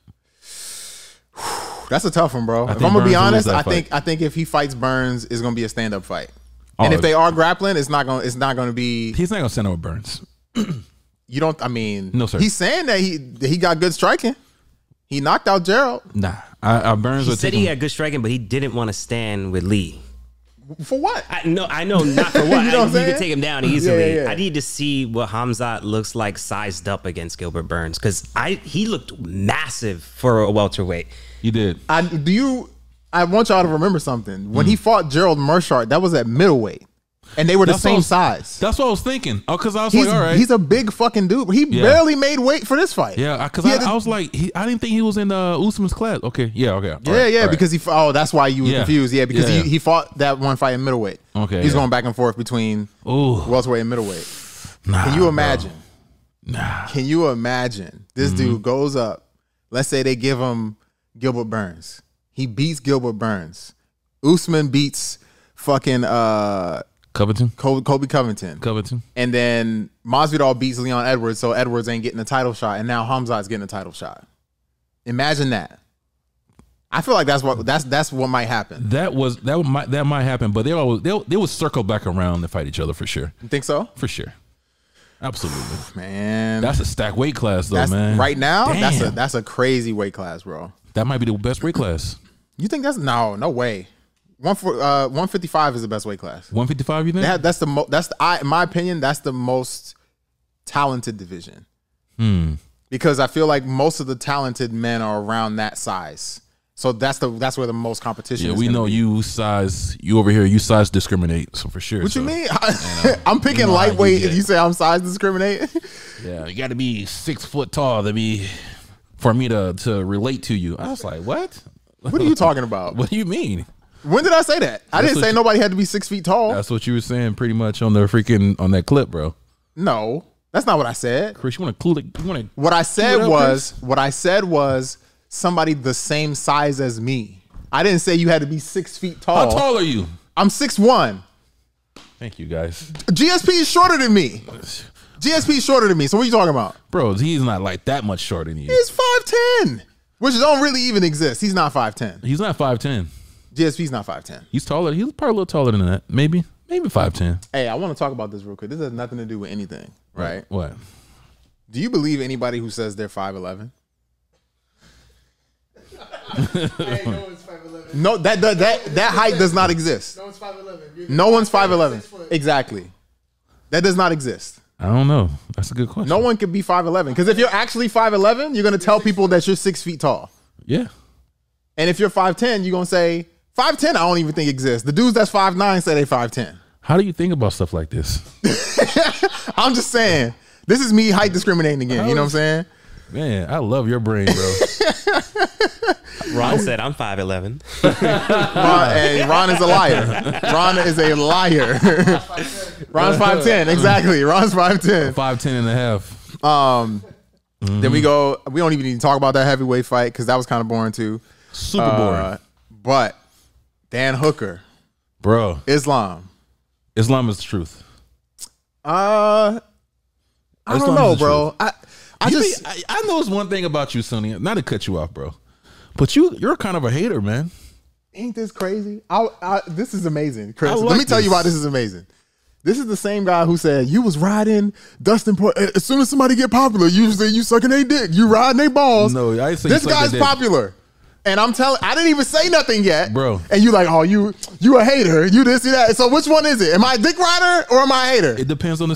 That's a tough one, bro. If I'm
think
gonna be
Burns will lose
honest,
that
I think I think if he fights Burns, it's gonna be a stand up fight.
Oh,
and if
it-
they are grappling, it's not gonna it's not gonna be
He's not gonna send him with Burns.
You don't. I mean,
No, sir.
He's saying that he that he got good striking. He knocked out Gerald.
Nah, I, I Burns
He
would
said
take
he
him.
had good striking, but he didn't want to stand with Lee.
For what?
I, no, I know not for what.
You know what I'm
I, you
saying?
can take him down easily.
yeah, yeah.
I need to see what Hamzat looks like sized up against Gilbert Burns because I he looked massive for a welterweight.
You did.
I do you. I want y'all to remember something. When he
Hmm.
fought Gerald Mershart, that was at middleweight, and they were the
That's what I
same
was-
size.
That's what I was thinking. Oh, because I was
He's,
like, all right.
he's a big fucking dude, but he barely made weight for this fight.
yeah, because
He
I,
had to-
I was like, he, I didn't think he was in uh, Usman's class. Okay, yeah, okay. all
yeah,
right,
yeah,
all right.
because he. fought- Oh, that's why you were
Yeah.
confused. Yeah, because
Yeah, yeah.
He, he fought that one fight in middleweight.
Okay,
he's
yeah.
going back and forth between
Ooh.
welterweight and middleweight.
Nah,
Can you imagine?
Ah, Nah. Mm-hmm.
Can you imagine this dude goes up? Let's say they give him Gilbert Burns. He beats Gilbert Burns. Usman beats fucking uh
Covington,
Col- Kobe Covington.
Covington.
and then Masvidal beats Leon Edwards, so Edwards ain't getting a title shot, and now Hamzat's getting a title shot. Imagine that. I feel like that's what that's that's what might happen.
That was that might that might happen, but they always they they would circle back around and fight each other for sure,
You think so?
for sure, absolutely.
Man.
That's a stack weight class though,
That's-
man.
right now, that's a
Damn.
that's a crazy weight class, bro.
that might be the best weight class.
You think that's no, no way. One for uh, one fifty five is the best weight class.
One fifty five, you think?
That, that's the mo- that's the, I, in my opinion, that's the most talented division.
Hmm.
Because I feel like most of the talented men are around that size, so that's the that's where the most competition.
yeah,
is
we
gonna
know
be.
you size you over here. You size discriminate, so for sure.
What
so,
you mean? I'm picking
know how you
lightweight.
get.
If you say I'm size discriminate,
Yeah, you got to be six foot tall to be for me to to relate to you. I was like, what?
what are you talking about?
What do you mean?
When did I say that? I didn't
what
say
you-
nobody had to be six feet tall.
That's what you were saying, pretty much on the freaking on that clip, bro.
No, that's not what I said.
Chris, you want to cool it? You want to?
What I said
What up,
was, what I said was somebody the same size as me. I didn't say you had to be six feet tall.
How tall are you?
I'm six one.
Thank you, guys.
GSP is shorter than me. GSP is shorter than me. So what are you talking about?
Bro, he's not like that much shorter than you.
He's five ten, which don't really even exist. He's not five ten.
He's not five ten.
GSP's not five ten.
He's taller. He's probably a little taller than that. Maybe, maybe five ten.
Hey, I want to talk about this real quick. This has nothing to do with anything, right?
What?
Do you believe anybody who says they're five eleven?
Hey, no one's 5'11.
No, that that that, that height does not exist.
No one's 5'11. You're-
No one's five eleven.
Six foot.
Exactly. That does not exist.
I don't know. That's a good question.
No one could be 5'11. Because if you're actually 5'11, you're going to tell people that you're six feet tall.
Yeah.
And if you're 5'10, you're going to say, 5'10, I don't even think exists. The dudes that's 5'9 say they 5'10.
How do you think about stuff like this?
I'm just saying, this is me height discriminating again. You know what I'm saying?
Man, I love your brain, bro.
Ron said, "I'm five eleven.
Ron, hey, Ron is a liar. Ron is a liar. Ron's 5'10. Exactly. Ron's 5'10.
Five ten and a half.
Um, Then we go, we don't even need to talk about that heavyweight fight because that was kind of boring too.
Super
Uh,
boring,
but Dan Hooker,
bro.
Islam.
Islam is the truth.
Uh, I don't
Islam is
know,
the
bro. I I
You be- I
just
I, know it's one thing about you, Sonny. Not to cut you off, bro, but you you're kind of a hater, man.
ain't this crazy. I, I this is amazing, Chris.
I
Let
like
me tell you why
this.
this is amazing. This is the same guy who said you was riding Dustin. Po- as soon as somebody get popular, you say you sucking their dick, you riding their balls.
No, I didn't say you
this
suck their
guy's
dick.
popular. And I'm telling, I didn't even say nothing yet,
Bro.
And you like, oh, you you a hater, you this, you that. So which one is it? Am I a dick rider or am I a hater?
It depends on the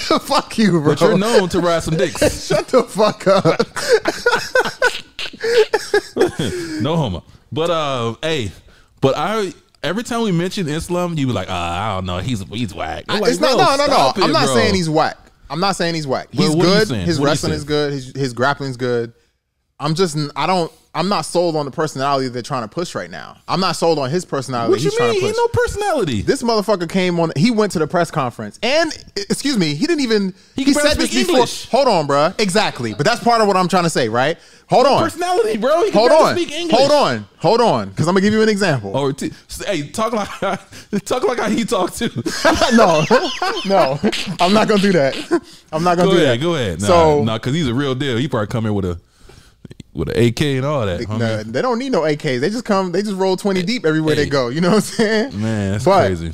Fuck you, bro.
but you're known to ride some dicks.
Shut the fuck up.
No homo. But uh, hey, but I every time we mention Islam, you be like, uh, I don't know, he's he's whack. I'm like,
it's not.
bro,
No, no,
stop
no.
it,
I'm not
bro.
saying he's whack. I'm not saying he's whack.
Well,
He's
what are you
good.
saying?
His
What are you
wrestling
saying?
is good. His his grappling's good. I'm just. n- I don't. I'm not sold on the personality they're trying to push right now. I'm not sold on his personality.
What you
he's trying
mean?
to
He
push.
ain't no personality.
this motherfucker came on. He went to the press conference, and e- excuse me, he didn't even. He,
He can barely
said this
speak
before.
English.
Hold on, bruh. Exactly, but that's part of what I'm trying to say, right? Hold on.
Personality, bro. He can
Hold
barely
on.
Speak English.
Hold on. Hold on. Because I'm gonna give you an example.
Or t- hey, talk like talk like how he talked too.
no, no, I'm not gonna do that. I'm not gonna
go
do
ahead,
that.
go ahead. Nah,
so
nah, because he's a real deal. He probably come here with a with an AK and all that. homie.
no, they don't need no AKs. They just come. They just roll twenty deep everywhere they
Hey.
go. You know what I'm saying?
Man, that's
But-
crazy.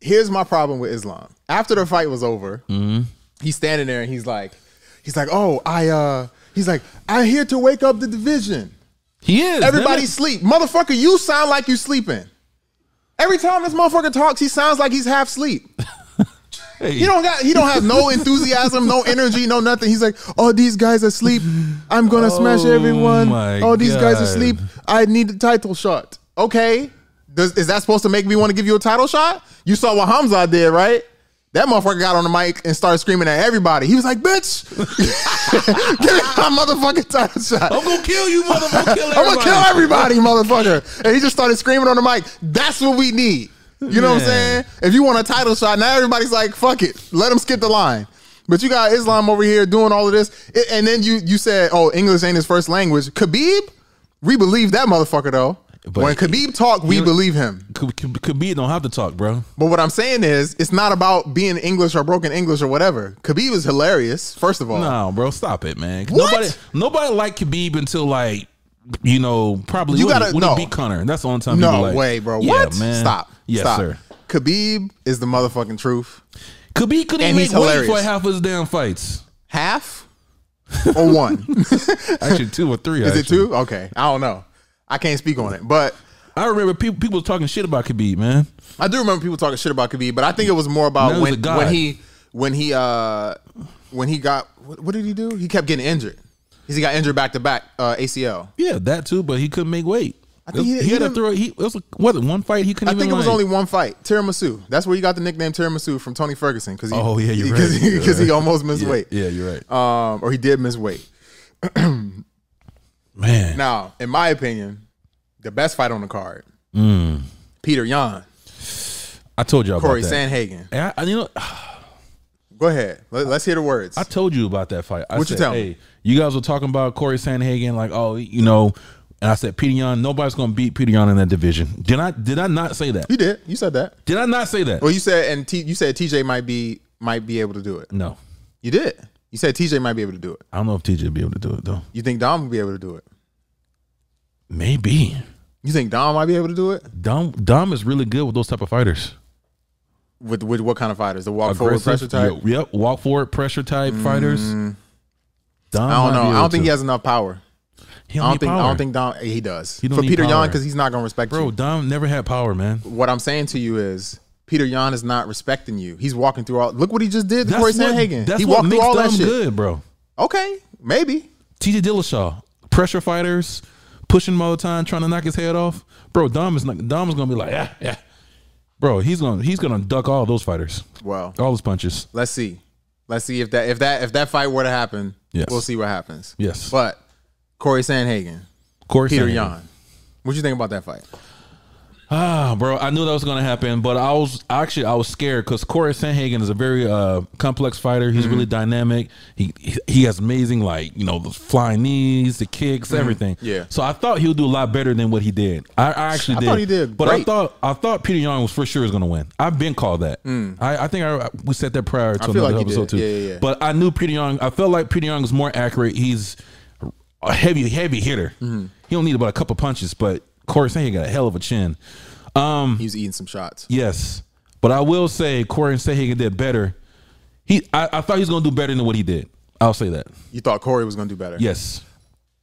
Here's my problem with Islam. After the fight was over,
Mm-hmm.
he's standing there and he's like, he's like, oh, I, uh, he's like, I'm here to wake up the division.
He is.
Everybody
isn't
sleep, motherfucker. You sound like you sleeping. Every time this motherfucker talks, he sounds like he's half asleep.
Hey.
He don't got. He don't have no enthusiasm, no energy, no nothing. He's like, oh, these guys asleep. I'm gonna smash
Oh
everyone.
my
Oh, these guys
God.
asleep. I need a title shot. Okay, Does, is that supposed to make me want to give you a title shot? You saw what Hamza did, right? That motherfucker got on the mic and started screaming at everybody. He was like, "Bitch, give me my motherfucking title shot."
I'm gonna kill you, motherfucker. Kill
I'm gonna kill everybody, motherfucker. And he just started screaming on the mic. That's what we need. You know what I'm saying?
Man.
If you want a title shot, now everybody's like, fuck it. Let him skip the line. But you got Islam over here doing all of this. It- and then you you said, oh, English ain't his first language. Khabib, we believe that motherfucker though.
But
when Khabib talk, we
you-
believe him.
Could, could, could be don't have to talk, bro.
But what I'm saying is, it's not about being English or broken English or whatever. Khabib is hilarious, first of all.
No, bro, stop it, man.
Oh. What?
Nobody, nobody liked Khabib until like you know probably
You
when he-
gotta-
when he
no.
beat Connor. That's the only time.
No
people like,
way, bro.
Yeah,
what?
man.
Stop.
Yes,
Stop.
sir.
Khabib is the motherfucking truth.
Khabib couldn't
And
even
he's
make weight for
hilarious.
half of his damn fights.
half or one? Is
Actually, two or three. Is
it two? Okay, I don't know. I can't speak on it, but
I remember people people was talking shit about Khabib, man.
I do remember people talking shit about Khabib. But I think it was more about
Man, he's a
when
god.
when he when he uh when he got what, what did he do? He kept getting injured. 'Cause He got injured back to back uh, ACL.
Yeah, that too, but he couldn't make weight.
I think he-
he,
he
had to
didn't-
throw. He it was like, what one fight he couldn't.
I
even
think it was
like-
only one fight. Tiramisu. That's where he got the nickname Tiramisu from Tony Ferguson because he
Oh yeah, you're
because
right.
he,
You're
'cause he
right.
almost missed
Yeah,
weight.
Yeah, you're right,
Um, or he did miss weight.
man.
Now, in my opinion, the best fight on the card,
Mm.
Peter Yan,
I told y'all
Corey
about that.
Sandhagen.
And I, I- you know,
Go ahead. Let, us hear the words.
I told you about that fight. I
What you
said,
tell
hey,
me?
You guys were talking about Corey Sandhagen, like, oh, you know, and I said Peter Yan. Nobody's gonna beat Peter Yan in that division. Did I? Did I not say that?
You did. You said that.
Did I not say that?
Well, you said and T, you said TJ might be might be able to do it.
No,
You did. You said TJ might be able to do it.
I don't know if TJ would be able to do it though.
You think Dom will be able to do it.
Maybe
You think Dom might be able to do it
Dom Dom is really good with those type of fighters.
with with what kind of fighters? The walk forward pressure type. Mm.
Yep, yep, walk forward pressure type fighters. Dom
I don't know. I don't think he has enough power.
He
I don't think. I
power.
don't think Dom. He does
He don't
for
need
Peter Yan
power.
because he's not gonna respect
Bro,
you.
Dom never had power, man.
What I'm saying to you is. Peter Yan is not respecting you. He's walking through all. Look what he just did to Corey Sandhagen.
That's
he
what
walked through
makes
all
Dom
that shit.
good, bro.
Okay, maybe.
TJ Dillashaw, pressure fighters, pushing him all the time, trying to knock his head off. Bro, Dom is not, Dom is gonna be like, yeah, yeah. Bro, he's gonna he's gonna duck all those fighters,
Well,
all those punches.
let's see. Let's see if that if that if that fight were to happen,
Yes.
we'll see what happens.
Yes.
But Corey Sandhagen,
Corey
Peter
Sandhagen.
Yan. What you think about that fight?
Ah, bro, I knew that was gonna happen, but I was actually I was scared because Corey Sanhagen is a very uh, complex fighter. He's really
Mm-hmm.
dynamic. He, he he has amazing like you know the flying knees, the kicks, everything.
Mm-hmm. Yeah.
So I thought he would do a lot better than what he did. I, I actually
I
did.
thought he did
but I
great.
thought I thought Peter Young was for sure was gonna win. I've been called that. I, I think I we said that prior to
Mm. I feel
another
like you
episode
did.
too.
Yeah, yeah, yeah.
But I knew Peter Young. I felt like Peter Young was more accurate. He's a heavy, heavy hitter.
Mm-hmm.
He don't need about a couple punches, but Corey Sanhagen got a hell of a chin. Hmm.
He was eating some shots.
Yes, but I will say Corey Sanhagen did better. He, I, I thought he was going to do better than what he did. I'll say that.
You thought Corey was gonna do better.
Yes,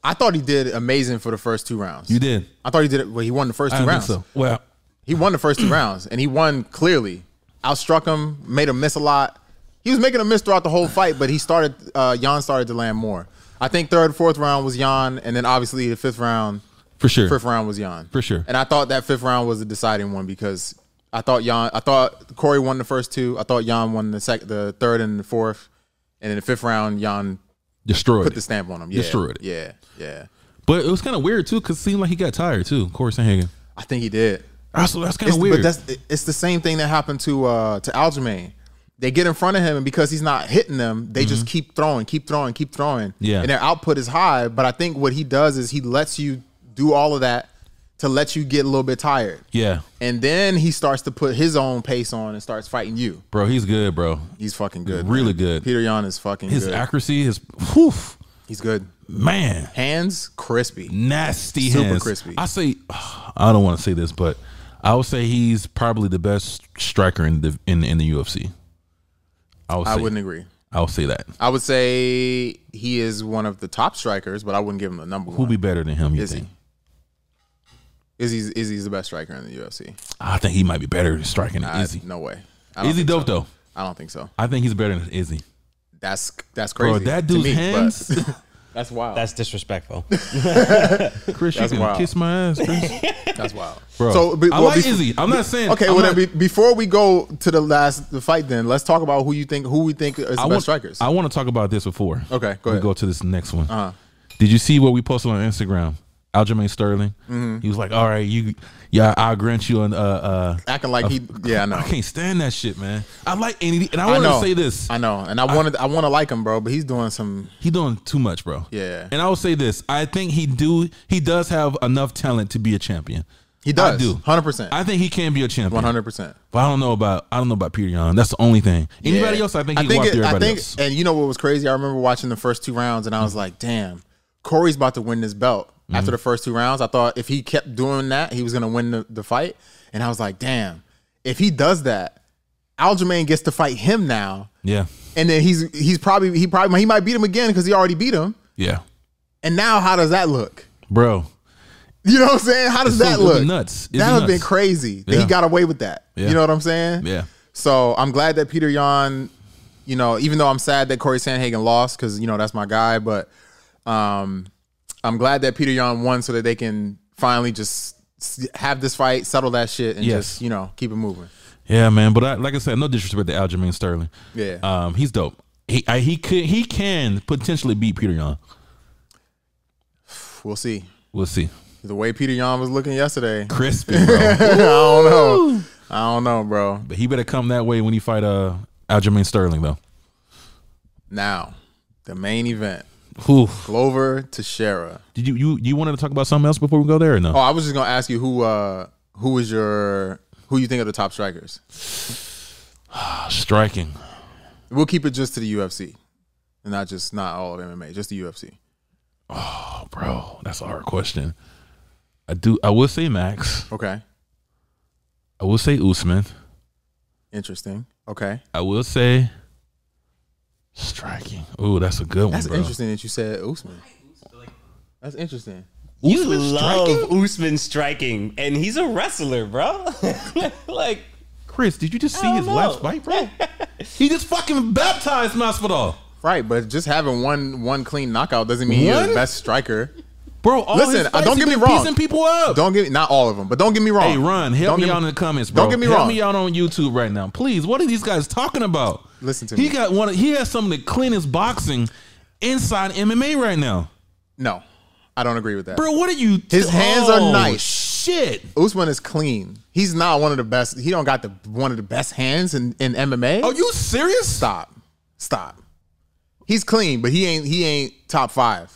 I thought he did amazing for the first two rounds.
you did.
I thought he did it well, he won the first
I
two
don't think
rounds.
so. Well,
He won the first two rounds and he won clearly. Outstruck him, made him miss a lot. He was making a miss throughout the whole fight, but he started uh Jan started to land more. I think third, fourth round was Jan, and then obviously the fifth round
for sure.
fifth round was Jan.
For sure.
And I thought that fifth round was the deciding one because I thought Jan I thought Corey won the first two. I thought Jan won the sec the third and the fourth. And in the fifth round, Jan
Destroyed.
put
it.
the stamp on him. Yeah.
Destroyed it.
Yeah. Yeah.
But it was kind of weird too, because it seemed like he got tired too. Corey Sanhagen.
I think he did.
Also, that's kind
It's,
of weird.
But that's it's the same thing that happened to uh to Aljamain. They get in front of him, and because he's not hitting them, they just keep throwing, keep throwing, keep throwing.
Mm-hmm. Yeah.
And their output is high. But I think what he does is he lets you do all of that to let you get a little bit tired.
yeah,
And then he starts to put his own pace on and starts fighting you.
bro, he's good, bro.
He's fucking good.
Really
man.
good.
Peter Yan is fucking
His
good.
accuracy, his whew,
he's good.
man,
Hands crispy.
nasty
Super
hands.
crispy.
I say, I don't want to say this, but I would say he's probably the best striker in the in, in the UFC. I would. Say,
I wouldn't agree.
I'll say that.
I would say he is one of the top strikers, but I wouldn't give him the number
Who'll
one.
be better than him? You
Is he?
think?
Izzy's Izzy's the best striker in the UFC.
I think he might be better at striking than
I,
Izzy.
No way. I don't
Izzy
think
dope
so.
though.
I don't think so.
I think he's better than Izzy.
That's that's crazy.
Bro, that
to
dude's
me, but-
hands.
That's wild. That's,
That's disrespectful.
Chris, you
That's
can
wild.
kiss my ass, Chris.
wild.
Bro,
So, be-
I
well,
like
bef-
Izzy. I'm not saying
Okay,
I'm
well
not-
then, be, before we go to the last the fight, then let's talk about who you think who we think is the
I
best
want,
strikers.
I want to talk about this before.
Okay, go
We
ahead. Uh-huh.
go to this next one. Did you see what we posted on Instagram? Aljamain Sterling.
Mm-hmm.
He was like, "All right, you, yeah, I'll grant you an uh, uh,
Acting like he, yeah, I know.
I can't stand that shit, man. I like and, he- and I
I
want to
know.
say this.
I know, and I, wanted, I want to like him, bro, but he's doing some.
He doing too much, bro.
Yeah.
And I will say this. I think he do he does have enough talent to be a champion.
He does.
I do.
hundred percent,
I think he can be a champion.
one hundred percent.
But I don't know about I don't know about Peter Young. That's the only thing. Anybody else? I think he
it-
walked everybody
I think,
else. Mm.
and you know what was crazy? I remember watching the first two rounds, and I was like, damn, Corey's about to win this belt. After the first two rounds, I thought if he kept doing that, he was gonna win the, the fight, and I was like, damn, if he does that, Aljamain gets to fight him now.
Yeah.
and then he's he's probably he probably he might beat him again because he already beat him.
Yeah.
And now how does that look?
Bro.
You know what I'm saying? How does
It's-
that
it'd be
look?
nuts. It'd be
That would have
nuts.
been crazy that
Yeah.
he got away with that.
Yeah.
You know what I'm saying?
Yeah.
So I'm glad that Peter Yan, you know, even though I'm sad that Corey Sanhagen lost because you know that's my guy, but um, I'm glad that Peter Yan won so that they can finally just s- have this fight, settle that shit, and
Yes.
just you know keep it moving.
Yeah, man. But I, like I said, no disrespect to Aljamain Sterling.
Yeah.
Um, he's dope. He I, he could he can potentially beat Peter Young.
We'll see.
We'll see.
The way Peter Yan was looking yesterday,
Crispy, bro.
I don't know. I don't know, bro.
but he better come that way when he fight uh Aljamain Sterling though.
Now, the main event.
Whew.
Glover Teixeira.
Did you you you wanted to talk about something else before we go there or no?
Oh, I was just gonna ask you who uh who is your who you think are the top strikers.
Striking.
We'll keep it just to the UFC. And not just not all of MMA, just the UFC.
Oh, bro, that's a hard question. I do. I will say Max.
Okay.
I will say Usman.
Interesting. Okay.
I will say striking. Oh, that's a good
That's
one, bro.
interesting that you said Usman. That's interesting.
You love Usman striking, and he's a wrestler, bro. like,
Chris, did you just see
don't
his
know.
last fight, bro? he just fucking baptized Masvidal,
Right, but just having one one clean knockout doesn't mean you're the
One?
best striker.
bro. All
Listen,
his
uh,
fights,
don't
he
get me
been
wrong.
Piecing people up.
Don't get me not all of them, but don't get me wrong.
hey, run! Help
Don't
me
get
out in the comments, bro.
don't get me
Help
wrong.
me out on YouTube right now, please. What are these guys talking about?
Listen to
he
me.
got one. He has some of the cleanest boxing inside MMA right now,
No. I don't agree with that.
bro. What are you?
His hands are
Oh,
nice.
Shit.
Usman is clean. He's not one of the best. He don't got the one of the best hands in, in MMA.
Are you serious?
stop. Stop. He's clean, but he ain't he ain't top five.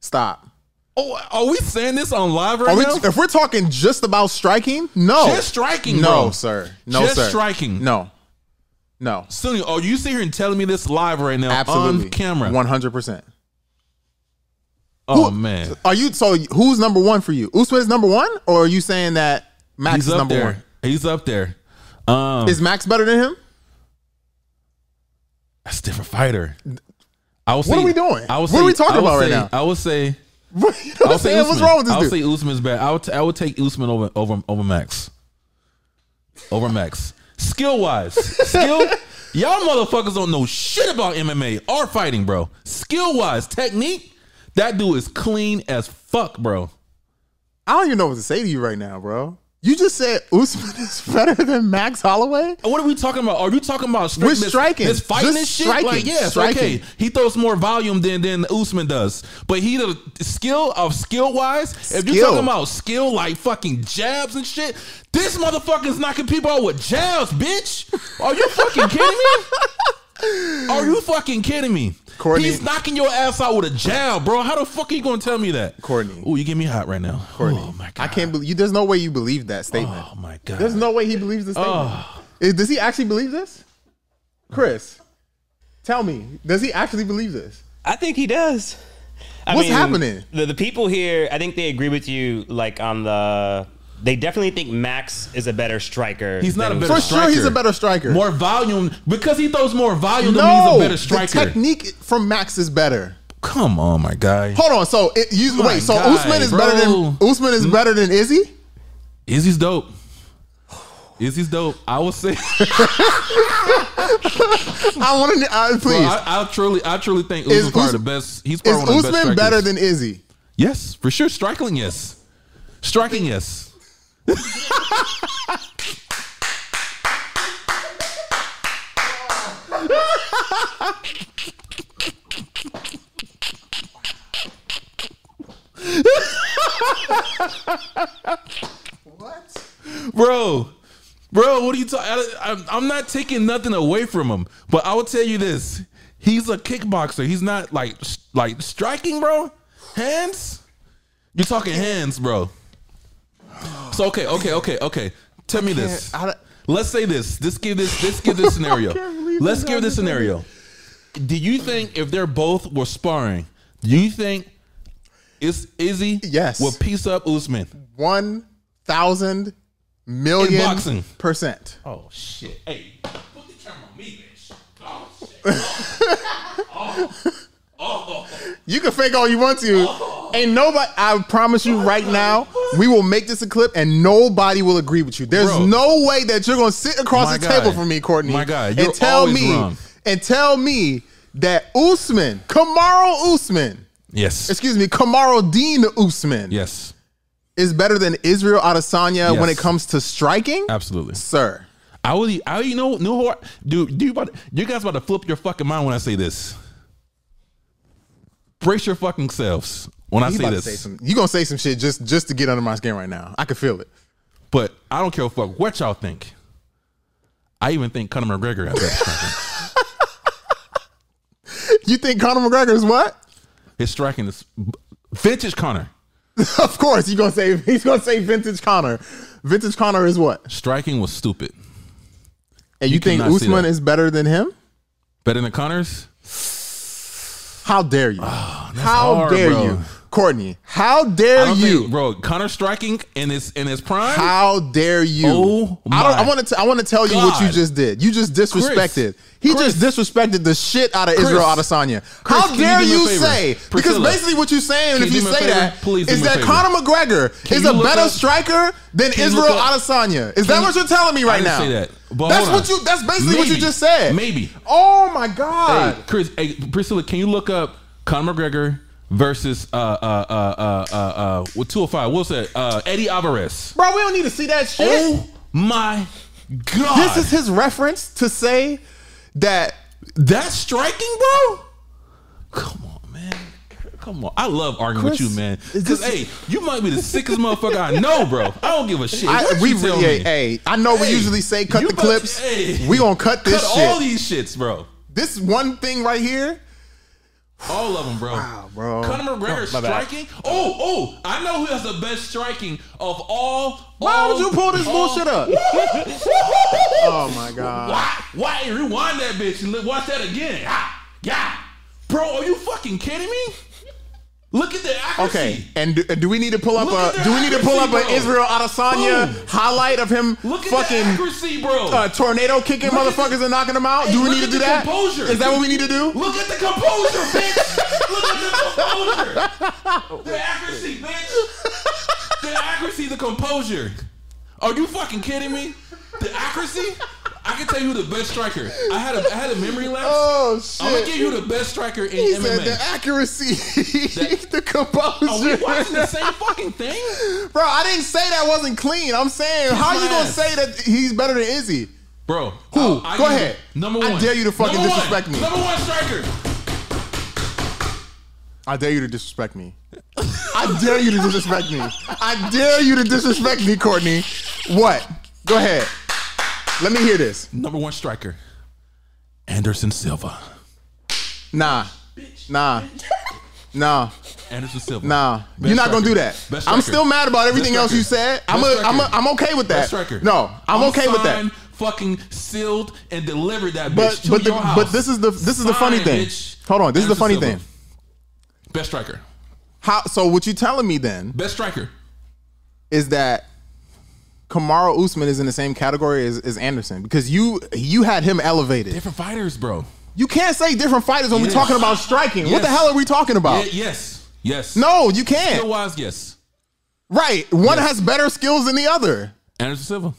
Stop.
Oh, are we saying this on live right
Are we,
now?
if we're talking just about striking, no.
Just striking,
No,
bro.
sir. No,
Just
sir.
striking.
No. No.
Sunny, are you sitting here and telling me this live right now
Absolutely.
on camera?
One hundred percent.
oh man,
Are you so who's number one for you? Usman is number one, or are you saying that Max
he's
is
up
number
there.
one?
He's up there. Um,
Is Max better than him?
that's a different fighter. I will say,
are we doing?
I will
What are we talking
I will
about right
say-
now?
I would
You
say,
know what
I
I'm
would say,
saying? What's
Usman.
wrong with this
I
dude?
would say Usman's bad. I would, t- I would take Usman over over over Max, over Max. Skill wise, skill. Y'all motherfuckers don't know shit about MMA or fighting, bro. Skill wise, technique. That dude is clean as fuck, bro.
I don't even know what to say to you right now, bro. You just said Usman is better than Max Holloway.
What are we talking about? Are you talking about
We're
this-
striking.
this fighting
Just
and shit?
striking.
Like, yes,
Striking.
okay. He throws more volume than than Usman does, but he the skill of skill wise. If you're
Skill.
talking about skill, like fucking jabs and shit, this motherfucker's knocking people out with jabs, bitch. Are you fucking kidding me? Are you fucking kidding me?
Courtney-
He's knocking your ass out with a jab, bro. How the fuck are you gonna tell me that,
Courtney.
Oh, you get me hot right now,
Courtney,
Oh my god,
I can't believe you. There's no way you believe that statement.
Oh my god,
There's no way he believes this statement. Is- does he actually believe this, Chris? Tell me, does he actually believe this?
I think he does. I
What's happening?
The, the people here, I think they agree with you. Like on the, they definitely think Max is a better striker.
He's not
than
a better
For
Usman.
sure, he's
striker.
a better striker.
More volume because he throws more volume. No, means he's
no,
a better striker.
the technique from Max is better.
Come on, my guy.
Hold on, so it, you,
My
wait, so
guy,
Usman is better than
bro.
Usman is better than Izzy?
Izzy's dope. Izzy's dope. I would say.
I want to. I please,
I, I truly, I truly think
Is
Usman's probably
Us-
the best. He's
is
probably one of the best
Usman
strikers.
better than Izzy?
Yes, for sure. Striking, yes. Striking, yes.
What?
Bro, bro, what are you talking? I'm, I'm not taking nothing away from him, but I will tell you this: he's a kickboxer. He's not like s- like striking, bro. Hands. You're talking hands, bro. So okay, okay, okay, okay. Tell me this.
I don't-
Let's say this. Let's give this. Let's give this scenario.
believe
Let's
this
give this scenario. Do you think if they're both were sparring, do you think is Izzy
Yes.
will piece up Usman?
One thousand million
In boxing.
percent.
Oh shit! Hey,
Put the camera on me, bitch. Oh, shit.
You can fake all you want to. Ain't nobody. I promise you right now, we will make this a clip, and nobody will agree with you. There's
Bro.
no way that you're gonna sit across
My
the table
guy.
from me, Courtney.
My guy, you're
and tell
always
me
wrong.
and tell me that Usman, Kamaro Usman,
yes.
excuse me, Kamaro Dean Usman,
Yes,
is better than Israel Adesanya when it
Yes.
comes to striking,
absolutely.
sir.
I would. I you know know who? I- Dude, do you about you guys about to flip your fucking mind when I say this? Brace your fucking selves when I
You
say
about to
this.
say some? You gonna say some shit just just to get under my skin right now? I can feel it.
But I don't care fuck what y'all think. I even think Conor McGregor has better striking.
You think Conor McGregor is what?
His striking is vintage Conor.
of course, you gonna say he's gonna say vintage Connor. Vintage Connor is what?
Striking was stupid.
And you,
You
think
cannot see
Usman
that.
is better than him?
Better than Conor's?
How dare you? how
hard,
dare
bro.
you, Courtney? How
I
dare
don't
you?
think- bro. Connor striking in his in his prime.
how dare you?
Oh
I don't.
my
I want to. I want to tell you what you
God.
just did. You just disrespected.
Chris.
he just disrespected the shit out of Israel
Chris.
Adesanya.
Chris,
how
can you
dare
do me
you,
a favor?
say? Because
Priscilla,
basically, what you're saying,
can
if you
you do me a
say
favor?
that,
Please do
is
me a
that
favor.
Conor McGregor
Can
is
you
a
look
better
up-
striker than
Can you
Israel
look up-
Adesanya. Is that
Can
what
you-
you're telling me
I
right
didn't
now?
say that, but
that's
hold
what
on.
you. That's basically what you
Maybe.
just said.
Maybe.
Oh my god.
Hey, Chris, hey, Priscilla, can you look up Conor McGregor versus uh uh uh uh uh, uh with 205? What's that? Uh, Eddie Alvarez.
Bro, we don't need to see that shit.
Oh my god!
This is his reference to say that
that striking, bro. Come on, man. Come on. I love arguing
Chris,
with you, man.
is
Because
this-
hey, you might be the sickest motherfucker I know, bro. I don't give a shit.
I,
What
we
you tell
really, hey,
me?
hey, I know we
Hey,
usually say cut
you
the
about-
clips.
hey.
we gonna cut this
Cut
shit.
all these shits, bro.
this one thing right here.
All of them, bro. Wow,
bro.
Conor McGregor
my bad.
striking. Oh, oh! I know who has the best striking of all.
Why
all-
would you pull this
all-
bullshit up? oh my god.
Why? Why rewind that bitch and li- watch that again? Ah, yeah, bro. Are you fucking kidding me? Look at the accuracy.
Okay, and do, do we need to pull up
Look at
a
their
do we need to pull up an
accuracy, bro.
Israel Adesanya
Boom.
highlight of him
Look at the
fucking
accuracy, bro.
uh, tornado kicking
Look at
motherfuckers
the-
and knocking them out?
Hey,
do we
look
need to
at
do
the
that? Is
composure.
that what we need to do?
Look at the composure, bitch. Look at the composure. The accuracy, bitch. The accuracy, the composure. Are you fucking kidding me? The accuracy. I can tell you who the best striker. I had a I had a memory lapse.
Oh
I'm gonna give
shit.
you the best striker in
He
MMA.
said the accuracy, the
Are we
composure.
watching the same fucking thing?
Bro, I didn't say that wasn't clean. I'm saying, how
my
you gonna
ass.
say that he's better than Izzy?
Bro,
Who? Go
give you-
ahead.
Number
I
one.
dare you to fucking
Number one.
disrespect me.
Number one striker.
I dare you to disrespect me. I dare you to disrespect me. I dare you to disrespect me, Courtney. What? Go ahead. Let me hear this.
Number one striker. Anderson Silva.
Nah. Nah. Nah.
Anderson Silva.
Nah.
Best
You're not gonna
striker.
do that.
Best
I'm
striker.
still mad about everything
Best
else you
striker.
said. I'm,
Best
a, I'm, a,
striker.
I'm okay with that.
Best striker.
No, I'm, okay with that.
signed, Fucking sealed and delivered that
But
bitch to
but the,
your house.
but this is the this is the funny
Signed,
thing.
bitch.
Hold on, this is the
Anderson
funny
Silva.
thing.
Best striker.
How so what you telling me then
Best striker.
is that Kamara Usman is in the same category as, as Anderson because you you had him elevated.
Different fighters, bro.
You can't say different fighters when
Yes.
we're talking about striking. What the
Yes.
hell are we talking about?
Yeah, yes. Yes.
Oh. No, you
Skill
can't.
wise, yes.
Right. One has better skills than the other.
Anderson Silva.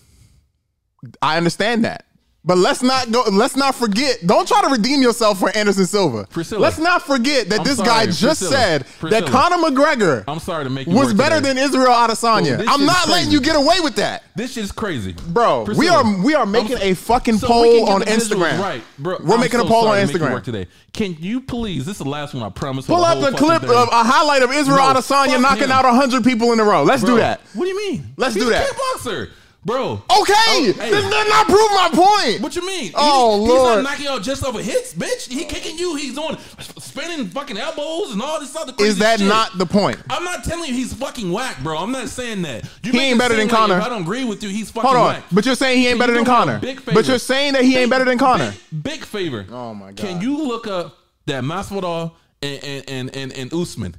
I understand that. But let's not go. Let's not forget. Don't try to redeem yourself for Anderson Silva.
Priscilla.
Let's not forget that
I'm
this
sorry,
guy just
Priscilla.
said
Priscilla.
that Conor McGregor
I'm sorry to make you
was
work
better
today.
than Israel Adesanya.
Bro, this
I'm
is
not letting
crazy.
you get away with that,
This shit is crazy,
bro. we
Priscilla,
are we are making
I'm-
a fucking
so we can
poll
get
on
the visuals
Instagram.
right, bro?
We're
I'm
making
so
a poll on
sorry to make you
Instagram.
work today. Can you please? This is the last one. I promise. for
Pull
the
up
whole
a
fucking
clip
day.
of uh, a highlight of Israel
No,
Adesanya
fuck
knocking
him.
out hundred people in a row. Let's do
Bro,
that.
What do you mean?
Let's
He's
do
a
that. Oh,
Kickboxer, bro.
Okay,
Oh, hey.
this did not prove my point.
What you mean?
Oh,
he's,
Lord.
He's not knocking out just over hits, bitch. He kicking you. He's doing spinning fucking elbows and all this other. Crazy
Is that
shit.
not the point?
I'm not telling you he's fucking whack, bro. I'm not saying that.
He
You make
ain't
it
better than
seem like
Conor.
If I don't agree with you. He's fucking
Hold on,
whack.
but you're saying he ain't
Can
better
you
than
do me a
Connor.
big favor?
But you're saying that he ain't
Big-
better than Connor.
Big, big favor.
Oh, my God.
Can you look up that Masvidal and and and and, and Usman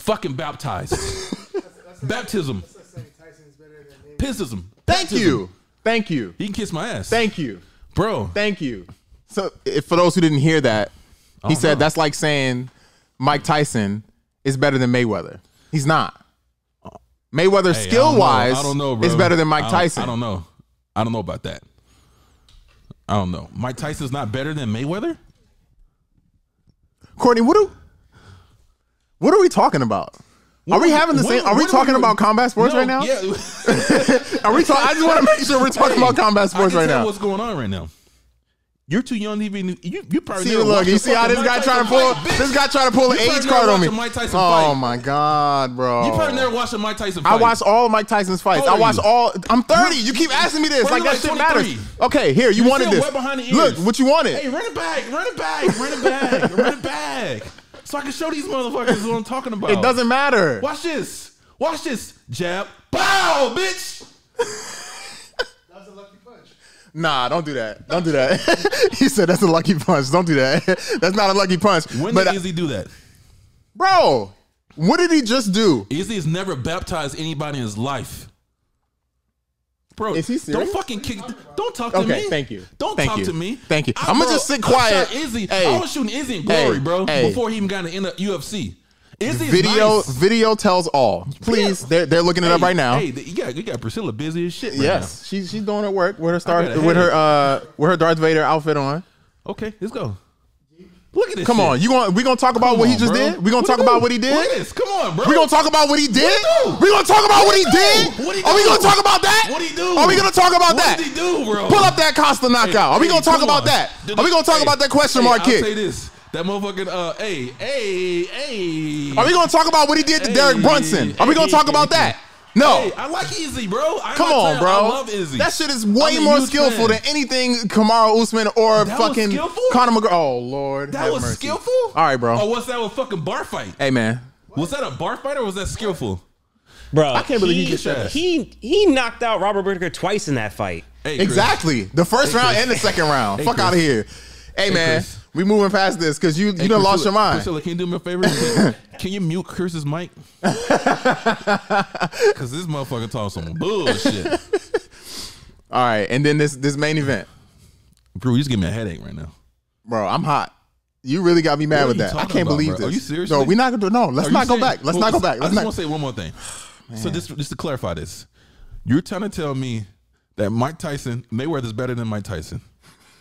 fucking baptized baptism pism?
Thank you, thank you,
He can kiss my ass,
thank you,
bro.
thank you. So, if, for those who didn't hear that,
Oh,
he said that's like saying Mike Tyson is better than Mayweather. He's not. Mayweather,
Hey, I don't know.
skill wise,
I don't know, bro.
is better than Mike
I don't-
Tyson.
I don't know. I don't know about that. I don't know. Mike Tyson's not better than Mayweather.
Courtney, what do what are we talking about? Are we having the
What-
same? Are we
what
talking
we-
about combat sports
No,
right now?
Yeah.
Are we talking? I just want to make sure we're talking about combat
I
sports
can
right
tell
now.
What's going on right now? You're too young to even. You, you probably
See,
never
look,
watched
you
a
see how
fucking
this guy
Mike
trying to
Tyson
pull
fight, bitch?
this guy trying to pull an
You
age
probably
card
never
on me.
watched a Mike Tyson
Oh
fight.
my god, bro!
You probably never watched a Mike Tyson fight.
I watch all of Mike Tyson's fights. I
How old are
watch
you?
all. I'm 30. You keep asking me this,
Bro,
like
you're
that shit
like
matters.
23.
Okay, here you
You're
wanted
still
this.
wet behind the
Look,
ears.
what you wanted.
Hey, run it back, run it back, run it back, run it back, so I can show these motherfuckers what I'm talking about.
It doesn't matter.
Watch this. Watch this. Jab. Bow, bitch.
was a lucky punch.
Nah, don't do that. Don't do that. he said that's a lucky punch. Don't do that. that's not a lucky punch.
When
but uh,
did Izzy do that?
bro, what did he just do?
Izzy has never baptized anybody in his life. Bro,
Is he serious?
don't fucking kick. Don't talk to
Okay,
me.
thank you.
Don't
Thank
talk
you.
to me.
Thank you. I'ma
bro,
just sit
I
quiet.
shot Izzy,
Hey.
I was shooting Izzy in glory,
Hey.
bro.
Hey.
Before he even got in the UFC. Izzy is
Video,
nice.
video tells all. Please,
Yeah.
they're they're looking it up
Hey,
right now.
Hey, you got you got Priscilla busy as shit. Right
Yes, she's she's doing her work with her star
got a
with her uh with her Darth Vader outfit on.
now. Okay, let's go. Look at this.
Come
shit.
on, you going we gonna talk about
Come
what he
on,
just
bro.
did? We gonna
What
talk
do?
about what he
Look at
did?
this. Come on, bro.
We gonna talk about what he did?
do?
We gonna talk about what he
do? What he
did?
do?
Are we gonna talk about that?
What he do?
Are we gonna talk about
What
that?
did he do, bro?
Pull up that Costa knockout. Are we
Hey,
gonna talk
come
about
on.
that?
Did
Are we
he-
gonna talk
hey,
about that question
hey,
mark
I'll say
kick?
this. That motherfucking uh, hey, hey, hey.
Are we gonna talk about what he did to
Hey,
Derek Brunson? Are we gonna
hey,
talk about that? No.
Hey, I like Izzy, bro. I ain't
Come
gonna
on,
tell
bro.
you, I love Izzy.
That shit is
I'm
way
a
more
huge
skillful
fan.
than anything Kamara Usman or
That was
fucking
skillful?
Conor McGregor. Oh Lord,
That
have
was
mercy.
skillful. Oh,
All right, bro.
Or was that a fucking bar fight?
Hey man,
Was that a bar fight or was that skillful?
Bro, I
can't believe he gets that.
He he knocked out Robert Whitaker twice in that fight.
Hey, Chris.
exactly. The first round and the second round.
Hey,
Fuck
Chris.
out of here. Hey, man,
Chris.
we moving past this because you you
Hey,
done
Priscilla-
lost your mind.
Priscilla, can you do me a favor? can you mute Chris's mic? Because this motherfucker talks some bullshit.
All right, and then this this main event,
Bro, you just give me a headache right now.
bro. I'm hot. You really got me mad
What
with
are you
that. I
talking
can't
about,
believe
bro? Are
this.
you serious?
No, we not gonna do. No, let's
Are
not
you
go
serious?
back. Let's
Well,
not go back.
I
Let's
just
not.
want to say one more thing. So just just to clarify this, you're trying to tell me that Mike Tyson Mayweather is better than Mike Tyson.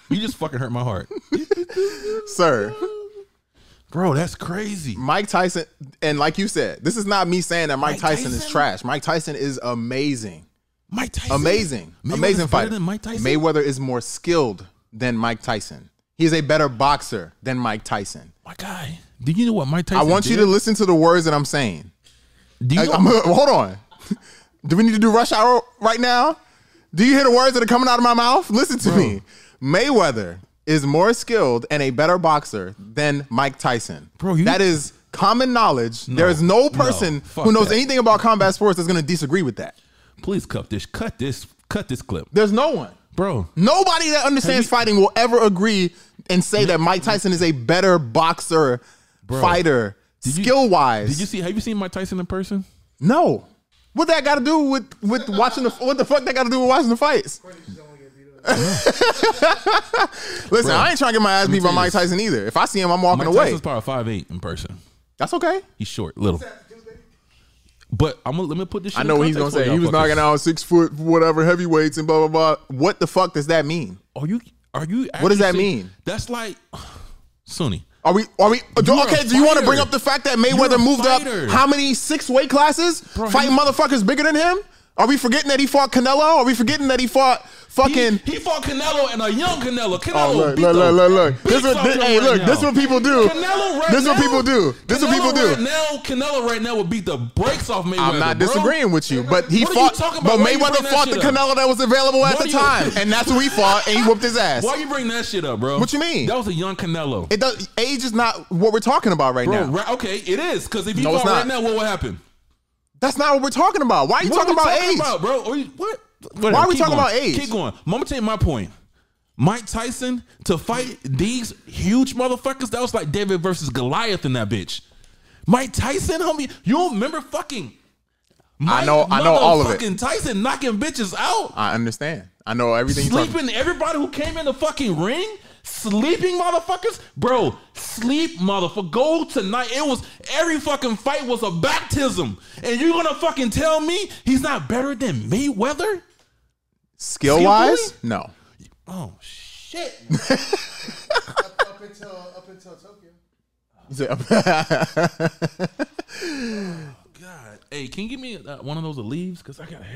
You just fucking hurt my heart,
sir.
bro. That's crazy.
Mike Tyson, and like you said, this is not me saying that Mike,
Mike
Tyson, is
Tyson?
trash. Mike Tyson is amazing,
Mike Tyson,
amazing,
Mayweather's
amazing
better
fighter.
than Mike Tyson?
Mayweather is more skilled than Mike Tyson. He's a better boxer than Mike Tyson.
My guy, do you know what Mike
I
Tyson?
want you to listen to the words that I'm saying.
to. Do you
I-
know,
I'm- hold on. Do we need to do rush hour right now? Do you hear the words that are coming out of my mouth? Listen to me. Mayweather is more skilled and a better boxer than Mike Tyson.
Bro, you-
that is common knowledge. there is no person
fuck
who knows
that.
anything about combat sports that's going to disagree with that.
please cut this, cut this, cut this clip,
There's no one.
bro.
Nobody that understands fighting will ever agree and say that Mike Tyson is a better boxer, fighter,
Did you-
skill wise.
Did you see? Have you seen Mike Tyson in person?
No. What that got to do with with watching the what the fuck that got to do with watching the fights? Listen, I ain't trying to get my ass beat by
tell you
Mike
this.
Tyson either. If I see him, I'm walking
Mike
away.
Tyson's probably five eight in person.
That's okay.
He's short, little. But I'm gonna let me put this. Shit
I
in
know what he's gonna
context
say.
for
He
y'all
was
fuckers.
knocking out six foot whatever heavyweights and blah blah blah. What the fuck does that mean?
Are you? Are you?
What does
actually
that
saying-
mean?
That's like, Sunni.
Are we? Are we?
You're a
okay. Do you want to
fighter.
bring up the fact that
You're a
Mayweather moved up
fighter.
how many six weight classes, fighting
he-
motherfuckers bigger than him? Are we forgetting that he fought Canelo? Are we forgetting that he fought
He,
fucking?
he fought Canelo and a young Canelo. Canelo
Oh look!
beat
Look!
the
Look! Look! Look! This
beats
what?
off
This,
him
hey,
right
look!
now.
This what people do.
Canelo right
This
now,
what people do. This what
Canelo
people do.
Right now, Canelo right now would beat the brakes off Mayweather.
I'm not
bro.
disagreeing with you, but he
What are you
fought.
talking about?
But
Why you bring
Mayweather
that
fought the
shit up?
Canelo that was available at
Why
the
you-
time, and that's who he fought, and he whooped his ass.
Why you bring that shit up, bro?
What you mean?
That was a young Canelo.
It does. Age is not what we're talking about right
Bro,
now.
right, okay, it is because if you
No, it's
fought right now,
not.
what would happen?
That's not what we're talking about. Why are you
What
talking
are we
about age?
about, bro? Or you- what?
Why are we
keep
talking
going.
about age?
Keep going. I'm gonna tell you my point. Mike Tyson to fight these huge motherfuckers. That was like David versus Goliath in that bitch. Mike Tyson, homie, you don't remember fucking. Mike
know- I know all of it.
motherfucking Tyson knocking bitches out,
I understand. I know everything. You're talking-
sleeping everybody who came in the fucking ring, sleeping motherfuckers, bro. Sleep motherfucker. Go tonight. It was every fucking fight was a baptism, and you're gonna fucking tell me he's not better than Mayweather?
skill wise, no.
Oh shit!
up, up until up until Tokyo.
God, hey, can you give me uh, one of those leaves? Cause I got hair.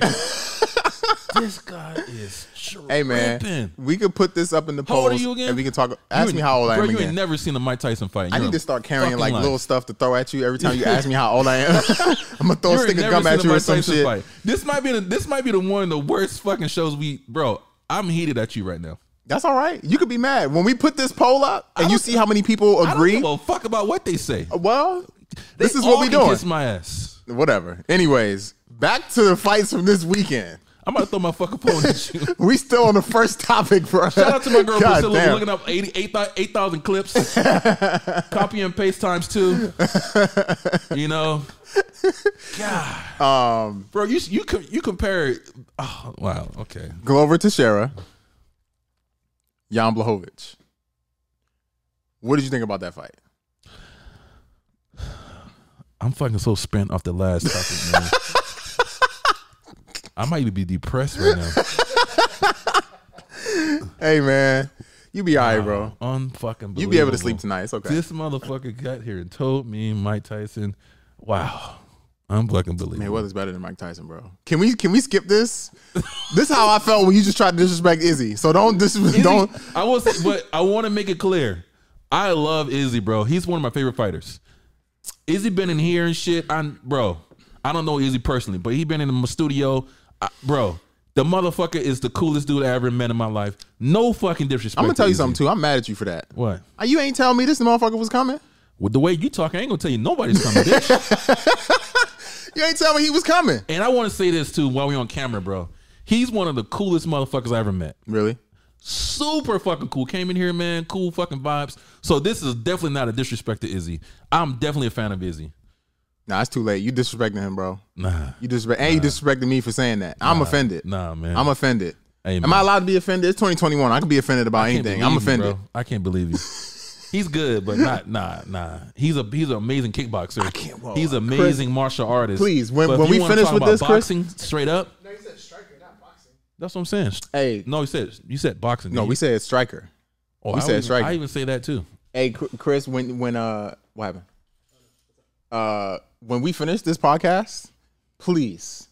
this guy is tripping.
hey man, we could put this up in the
How
poll.
old are you again?
And we can talk. Ask
You
me
ain't-
how old I
bro,
am
You
again.
ain't never seen a Mike Tyson fight.
I
You're
need to
a
start carrying
fucking
like
liar.
little stuff to throw at you every time you ask me how old I am. I'm gonna throw
You
a
ain't
stick of
never
gum
seen
at
a
you or
Mike
some
Tyson
shit.
fight. This might be the this might be the one of the worst fucking shows we, bro. I'm heated at you right now.
That's all right. You could be mad when we put this poll up and you
don't-
see how many people
I don't
agree. uh,
give a fuck about what they say.
Well, this
They
is what
all
we
can
doing.
Kiss my ass.
Whatever. Anyways, back to the fights from this weekend.
I'm about to throw my fucking phone at you.
We still on the first topic, bro.
Shout out to my girl Priscilla who's looking up 80 8,000 8,000 clips. Copy and paste times two. You know? God. Um, Bro, you you co- you compare. Oh, wow. Okay.
Glover Teixeira, Jan Blahovic. What did you think about that fight?
I'm fucking so spent off the last topic, man. I might even be depressed right now.
Hey man, you be alright, bro.
Unfucking
You be able to sleep tonight. It's okay.
This motherfucker got here and told me Mike Tyson. Wow. I'm fucking believing.
Mayweather's better than Mike Tyson, bro. Can we can we skip this? this is how I felt when you just tried to disrespect Izzy. So don't dis- don't.
Izzy- I will say, but I want to make it clear. I love Izzy, bro. He's one of my favorite fighters. Izzy been in here and shit. I bro, I don't know Izzy personally, but he been in the studio, I, bro. The motherfucker is the coolest dude I ever met in my life. No fucking disrespect.
I'm gonna tell
to
you
Izzy.
something too. I'm mad at you for that.
What?
Uh, You ain't tell me this motherfucker was coming.
With the way you talk, I ain't gonna tell you nobody's coming, bitch.
You ain't tell me he was coming.
And I want to say this too while we on camera, bro. He's one of the coolest motherfuckers I ever met.
Really?
super fucking cool. Came in here, man. Cool fucking vibes. So this is definitely not a disrespect to Izzy. I'm definitely a fan of Izzy.
Nah, it's too late. You disrespecting him, bro.
Nah,
You disrespect and you disrespected me for saying that. I'm offended.
nah, man.
I'm offended.
Hey,
Am
man.
I allowed to be offended? It's 2021. I can be offended about
Can't
anything.
believe
I'm
you,
offended.
bro. I can't believe you. He's good, but not nah nah. He's a he's an amazing kickboxer. I
can't- whoa,
he's amazing martial artist.
please, when-
But if
when
you
we
wanna
finish
talk
with
about
this, Chris-
boxing straight up.
No, you said striker, not boxing.
That's what I'm saying.
Hey.
no, you said you said boxing.
No, we said striker.
oh,
we
I
said
even,
striking.
I even say that too.
Hey, Chr- Chris, when when uh, what happened? Uh, when we finish this podcast, please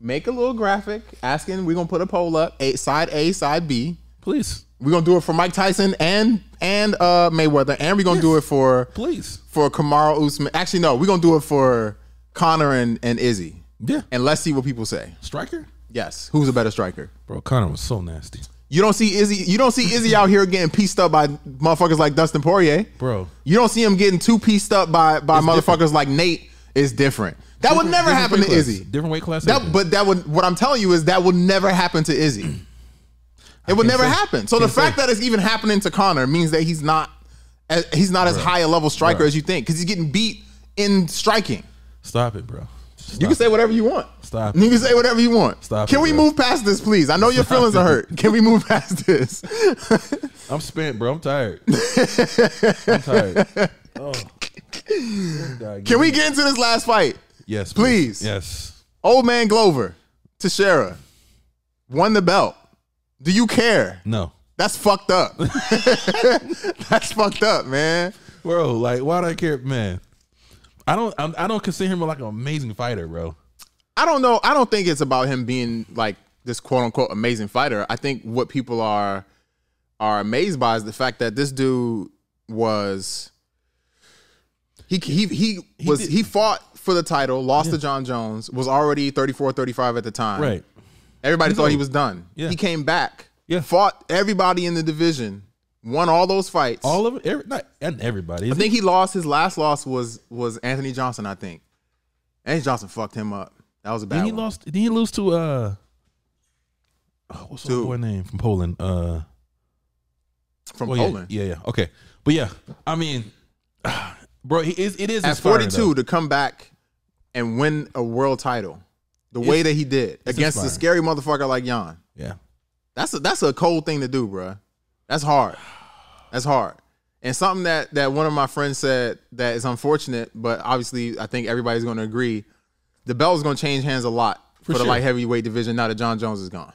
make a little graphic asking. We're gonna put a poll up. A, side A, side B.
Please,
We're gonna do it for Mike Tyson and and uh Mayweather, and we're gonna do it for
please,
for Kamara Usman. Actually, no, we're gonna do it for Connor and and Izzy.
yeah.
And let's see what people say.
Striker,
Yes, who's a better striker?
bro. Connor was so nasty,
You don't see Izzy. You don't see Izzy out here getting pieced up by motherfuckers like Dustin Poirier.
bro.
You don't see him getting too pieced up by by
It's
motherfuckers like Nate. Is different. That would never
Different
happen
weight
to
class.
Izzy.
Different weight class.
That,
everything.
but that would. What I'm telling you is that will never happen to Izzy. It would
can't
never
say.
happen. So the
Can't say.
fact that it's even happening to Connor means that he's not as, he's not as high a level striker
Right.
as you think because he's getting beat in striking.
Stop it, bro.
You can say whatever you want.
Stop.
You can say whatever you want.
Stop
Can
it,
we
bro.
move past this, please? I know your feelings are hurt. Can we move past this?
I'm spent, bro. I'm tired. I'm tired. Oh.
Can we get into this last fight?
Yes.
Please.
Yes.
Old man Glover, Teixeira, won the belt. Do you care?
No.
That's fucked up. That's fucked up, man.
Bro, like, why do I care, man? I don't. I'm, I don't consider him like an amazing fighter, bro.
I don't know. I don't think it's about him being like this quote unquote amazing fighter. I think what people are are amazed by is the fact that this dude was he he he, was
did-
he fought for the title, lost to John Jones, was already 34 35 at the time.
Right.
Everybody thought he was done.
Yeah.
He came back.
Yeah.
Fought everybody in the division. Won all those fights.
All of it. Every, not and everybody.
I think he lost his last loss was was Anthony Johnson, I think. Anthony Johnson fucked him up. That was a bad
Then he
one.
lost. Then he lose to uh, oh, what's the
To-
boy name from Poland? Uh,
from
well, Oh, yeah,
Poland.
Yeah, yeah, Okay, but yeah, I mean, bro, he is. It is
at
inspiring,
42 to come back and win a world title the way that he did against a scary
inspiring.
motherfucker like Jan.
though. Yeah,
That's a, that's a cold thing to do, bruh. That's hard. That's hard. And something that that one of my friends said that is unfortunate, but obviously I think everybody's going to agree. The belt is going to change hands a lot for, the
sure.
light heavyweight division now that John Jones is gone.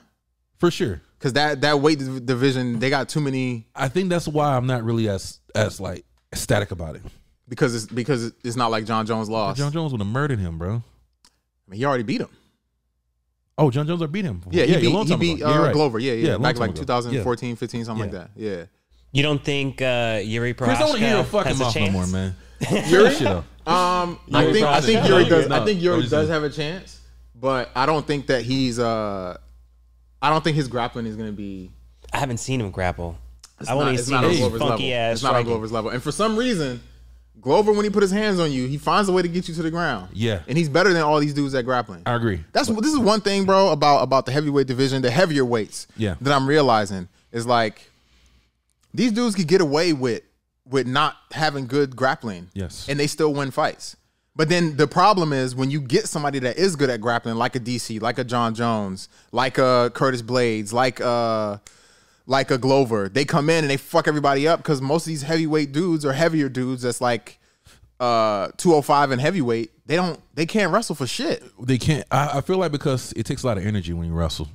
for sure.
Because that that weight div- division they got too many
I think that's why I'm not really as as like ecstatic about it.
because it's because it's not like John Jones lost.
John Jones would have murdered him, bro.
I mean, he already beat him.
Oh, John Jones would beat him.
Yeah, he
a
beat,
long
he
time
beat
ago. Yeah,
uh,
right.
Glover. Yeah, yeah,
a long
back
time
like
ago.
2014, 15, something
Yeah.
like that. Yeah.
You don't think uh, Yuri
Yeah. Chris, I don't
Prohaska
wanna hear your
has
fucking
a
mouth no
chance?
more, man.
Yuri?
Shut up.
Um, I
Yuri
think I
Prohaska.
think
Yeah,
Yuri
no,
does.
no,
I think Yuri
obviously.
does have a chance, but I don't think that he's. uh I don't think his grappling is going to be.
I haven't seen him grapple.
It's
I want
not,
to
it's
see
not on
his
Glover's level.
funky ass.
It's not on
striking.
Glover's level, and for some reason, Glover when he put his hands on you, he finds a way to get you to the ground.
Yeah.
and he's better than all these dudes at grappling.
I agree.
That's this is one thing, bro, about about the heavyweight division, the heavier weights.
Yeah.
That I'm realizing is like these dudes could get away with with not having good grappling.
Yes.
And they still win fights. But then the problem is when you get somebody that is good at grappling, like a DC, like a John Jones, like a Curtis Blades, like uh like a Glover, they come in and they fuck everybody up because most of these heavyweight dudes are heavier dudes that's like uh 205 and heavyweight, they don't they can't wrestle for shit.
They can't. I, I feel like because it takes a lot of energy when you wrestle.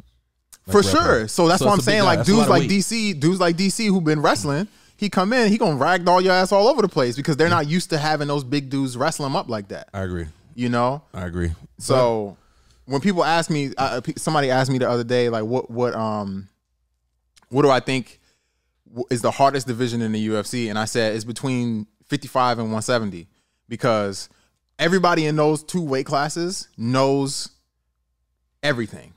for
wrestling.
sure. So that's
So
what I'm
it's a big
saying.
guy.
Like
That's a lot
dudes
of
like
weight.
DC, dudes like DC who've been wrestling, he come in, he gonna ragdoll your ass all over the place because they're not used to having those big dudes wrestle them up like that.
I agree.
You know.
I agree.
So when people ask me, I, I- somebody asked me the other day, like, what what um, what do I think w- is the hardest division in the UFC? And I said it's between 55 and 170 because everybody in those two weight classes knows everything.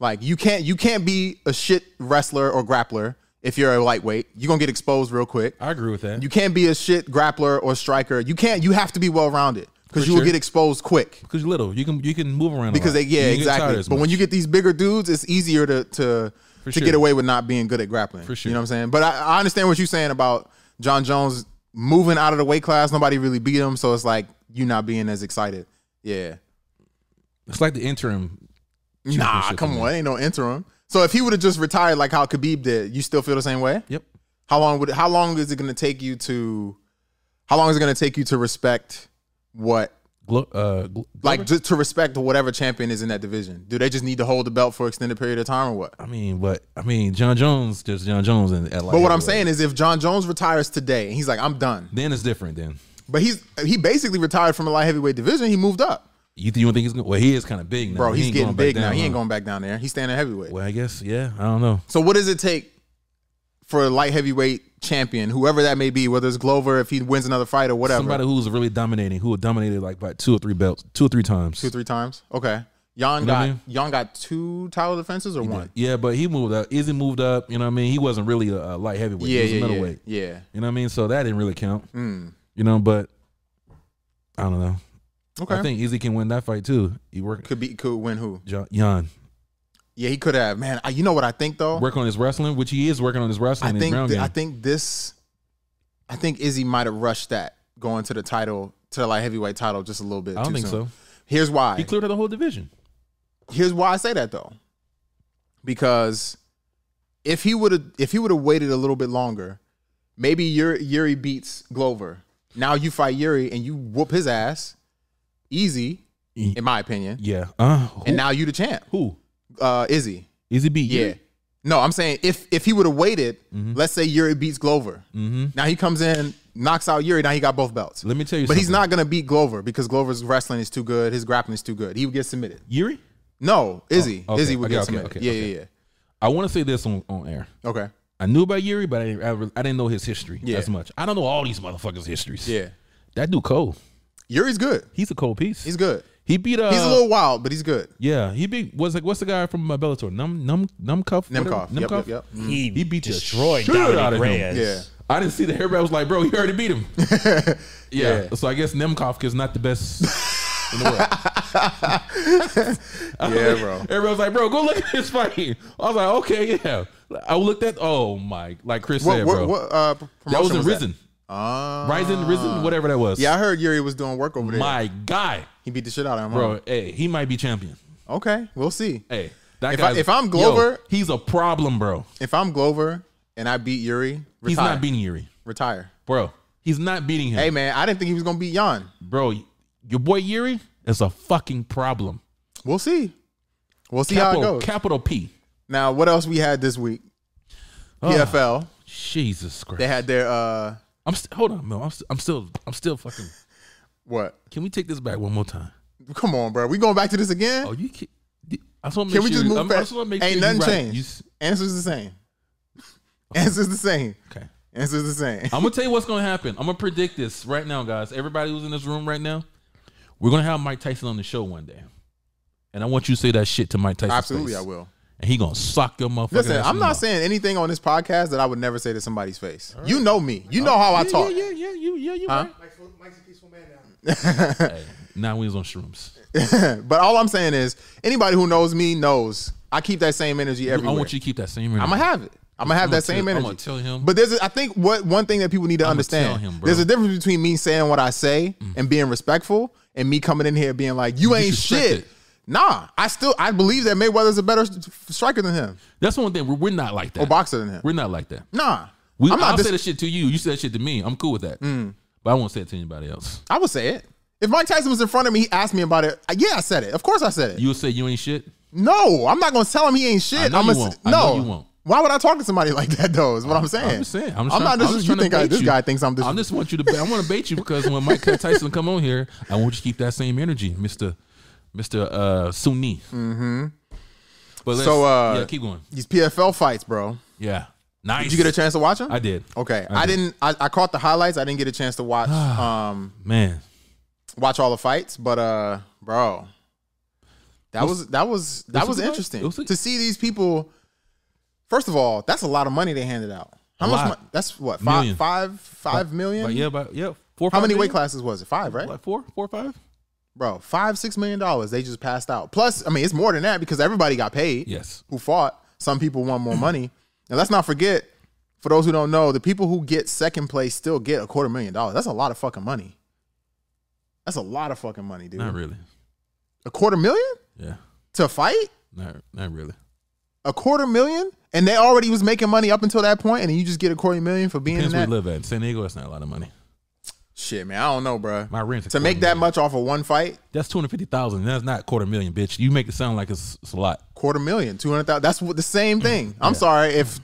Like you can't you can't be a shit wrestler or grappler if you're a lightweight. You're gonna get exposed real quick.
I agree with that.
You can't be a shit grappler or striker. You can't. You have to be well rounded because
For
you will
sure.
get exposed quick
because you're little, you can you can move around a
because they
lot.
yeah
You can get tired
exactly.
as
But when
much.
you get these bigger dudes, it's easier to to to
sure.
get away with not being good at grappling.
For sure.
you know what I'm saying. But I, I understand what you're saying about John Jones moving out of the weight class. Nobody really beat him, so it's like you not being as excited. Yeah,
it's like the interim.
nah,
Championship
come
in
on, ain't no interim. So if he would have just retired like how Khabib did, you still feel the same way?
Yep.
How long would how long is it going to take you to? How long is it going to take you to respect what
Glo- uh, gl-
like just to respect whatever champion is in that division? Do they just need to hold the belt for an extended period of time or what?
I mean, but I mean, John Jones, just John Jones, and at
But what I'm saying is, if John Jones retires today and he's like, I'm done,
then it's different. Then
but he's he basically retired from a light heavyweight division. He moved up,
you th- you don't think he's gonna? Well, he is kind of big now,
bro.
He
he's
ain't
getting
going back
big now.
down,
He ain't
huh?
going back down there. He's standing heavyweight.
Well, I guess yeah. I don't know.
So what does it take for a light heavyweight champion, whoever that may be, whether it's Glover, if he wins another fight or whatever,
Somebody who's really dominating, who dominated like by two or three belts, two or three times.
two three times? Okay, Jan
You know what
got
I mean?
Jan got two title defenses or one?
yeah, but he moved up. Izzy moved up. You know what I mean? He wasn't really a, a light heavyweight.
Yeah, yeah, Mm.
he was a
yeah,
middleweight.
yeah.
You know what I mean? So that didn't really count. You know, but I don't know.
Okay,
I think Izzy can win that fight too. He work
could be could win who?
John, Jan
Yeah, he could have. Man, I, you know what I think though?
work on his wrestling, which he is working on his wrestling.
Oh. I
and his
think
ground
th-
game.
I think this I think Izzy might have rushed that going to the title to the light heavyweight title just a little bit.
I don't
too
think
soon.
so.
Here's why.
He cleared out the whole division.
Here's why I say that though. Because if he would have if he would have waited a little bit longer, maybe Yuri, Yuri beats Glover. Now you fight Yuri and you whoop his ass easy. in my opinion.
E Yeah. Uh, who?
And now you the champ,
who?
uh, Izzy.
Izzy beat
Yeah.
you?
No, I'm saying if if he would have waited,
Mm-hmm.
let's say Yuri beats Glover. Now he comes in, knocks out Yuri. Now he got both belts.
Let me tell you
But he's
something.
not gonna beat Glover because Glover's wrestling is too good. His grappling is too good. He would get submitted.
Yuri?
No, Izzy.
Oh, okay,
Izzy would
okay,
get
okay,
submitted.
okay,
yeah,
okay.
yeah,
I want to say this on, on air.
yeah. Okay.
I knew about Yuri, but I didn't, I, re- I didn't know his history
Yeah.
as much. I don't know all these motherfuckers' histories.
Yeah.
That dude cold.
Yuri's good.
He's a cold piece.
He's good.
he beat uh,
He's a little wild, but he's good.
Yeah, he beat was like what's the guy from uh, Bellator? Num Num Numcuff. whatever?
Nemkov. Yep, yep, yep.
He,
He beat the
destroyed
shit
Dominic
out of him.
Reyes.
Yeah.
I didn't see that. Everybody was like, "Bro, you already beat him." yeah. So I guess Nemkov is not the best in the world.
Yeah, bro.
Everybody was like, "Bro, go look at this fight." I was like, "Okay, yeah." I looked at. Oh my! Like Chris
What
said,
what,
bro.
what uh p-
that was
promotion
in
was that? Uh,
Risen, Rising, Risen, whatever that was.
Yeah, I heard Yuri was doing work over there.
My guy,
He beat the shit out of him. huh?
bro. Hey, he might be champion.
Okay, we'll see.
Hey, that
If I-
guy.
if I'm Glover-
he's a problem, bro.
If I'm Glover and I beat Yuri, retire.
He's not beating Yuri,
retire.
bro. He's not beating him.
Hey man, I didn't think he was gonna beat Jan.
bro, your boy Yuri is a fucking problem.
We'll see. We'll see
Capital,
how it goes.
capital P.
now, what else we had this week?
Ah.
PFL.
Jesus Christ.
They had their uh
I'm st- hold on, man. I'm, st- I'm still, I'm still fucking.
what?
Can we take this back one more time?
Come on, bro. We going back to this again?
Oh, you can. I just want to
Can
make
we
sure.
just move
I'm, I
back?
just want to make
Ain't
sure
nothing
you right.
changed.
You s-
Answer's the same. Answer's the same.
okay.
Answer's the same.
I'm gonna tell you what's gonna happen. I'm gonna predict this right now, guys. Everybody who's in this room right now, we're gonna have Mike Tyson on the show one day, and I want you to say that shit to Mike Tyson.
Absolutely, I will.
And he gonna sock your motherfucker.
Listen, I'm not saying anything on this podcast that I would never say to somebody's face. You know me. You know how I
yeah,
talk.
Yeah, yeah, yeah, you, yeah, you. Right.
Mike's, Mike's a peaceful man now.
Hey, now we was on shrooms.
But all I'm saying is, anybody who knows me knows I keep that same energy everywhere.
I want you to keep that same energy.
I'm gonna have it. I'm gonna have
I'ma
that same
tell-
energy.
I'ma tell him.
But there's, a, I think, what one thing that people need to understand.
tell him, bro. Mm.
there's a difference between me saying what I say and being respectful, and me coming in here being like, "You ain't
disrespected.
shit." Nah, I still I believe that Mayweather's a better s- striker than him
That's one thing. We're, we're not like that.
or boxer than him.
We're not like that.
Nah,
We,
Oh, I'm
I'll
not.
say
Dis- Mm.
that shit to you. You say that shit to me. I'm cool with that. But I won't say it to anybody else.
I would say it. If Mike Tyson was in front of me, he asked me about it. I- Yeah, I said it. Of course, I said it.
You will say you ain't shit.
no, I'm not gonna tell him he ain't shit.
know
I'm
you
gonna
won't.
s-
I
no.
know you won't.
Why would I talk to somebody like that though? Is what I'm, saying.
I'm just saying. I'm,
I'm,
just trying,
not.
I'm
Dis-
just
you
trying to
think I,
bait
this
you.
guy thinks I'm
I
disrespectful?
just want you to. ba- I want to bait you because when Mike Tyson come on here, I want you to keep that same energy, Mister Mister uh, Sunni. Mm-hmm. But let's,
So, uh,
yeah, keep going.
These PFL fights, bro.
Yeah, nice.
Did you get a chance Oh. to watch them?
I did.
Okay,
I
I, didn't. I, I caught the highlights. I didn't get a chance to watch um
Man,
watch all the fights, but uh, bro, that was that was that
What's
was
it about?
interesting
What's it-
to see these people. First of all, that's a lot of money they handed out. How
A
much?
lot.
mon- That's what five
Million.
five five million.
but yeah, but yeah, four.
How
five
many weight
million?
classes was it? Five, right?
Like four, four, or five.
Bro, five six million dollars they just passed out. Plus, I mean, it's more than that because everybody got paid.
Yes.
who fought. Some people want more money. And let's not forget, for those who don't know, the people who get second place still get a quarter million dollars. That's a lot of fucking money. That's a lot of fucking money, dude.
Not really.
A quarter million
Yeah.
to fight?
Not not really.
A quarter million? And they already was making money up until that point, and then you just get a quarter million for being
Depends
in
where
that.
you live at. In San Diego, that's not a lot of money.
Shit, man, I don't know, bro.
My rent's a
to make
quarter
that
million.
much off of one fight,
That's two hundred fifty thousand. That's not quarter million, bitch. You make it sound like it's, it's a lot.
quarter million, two hundred thousand. That's what the same
Mm.
thing. I'm sorry if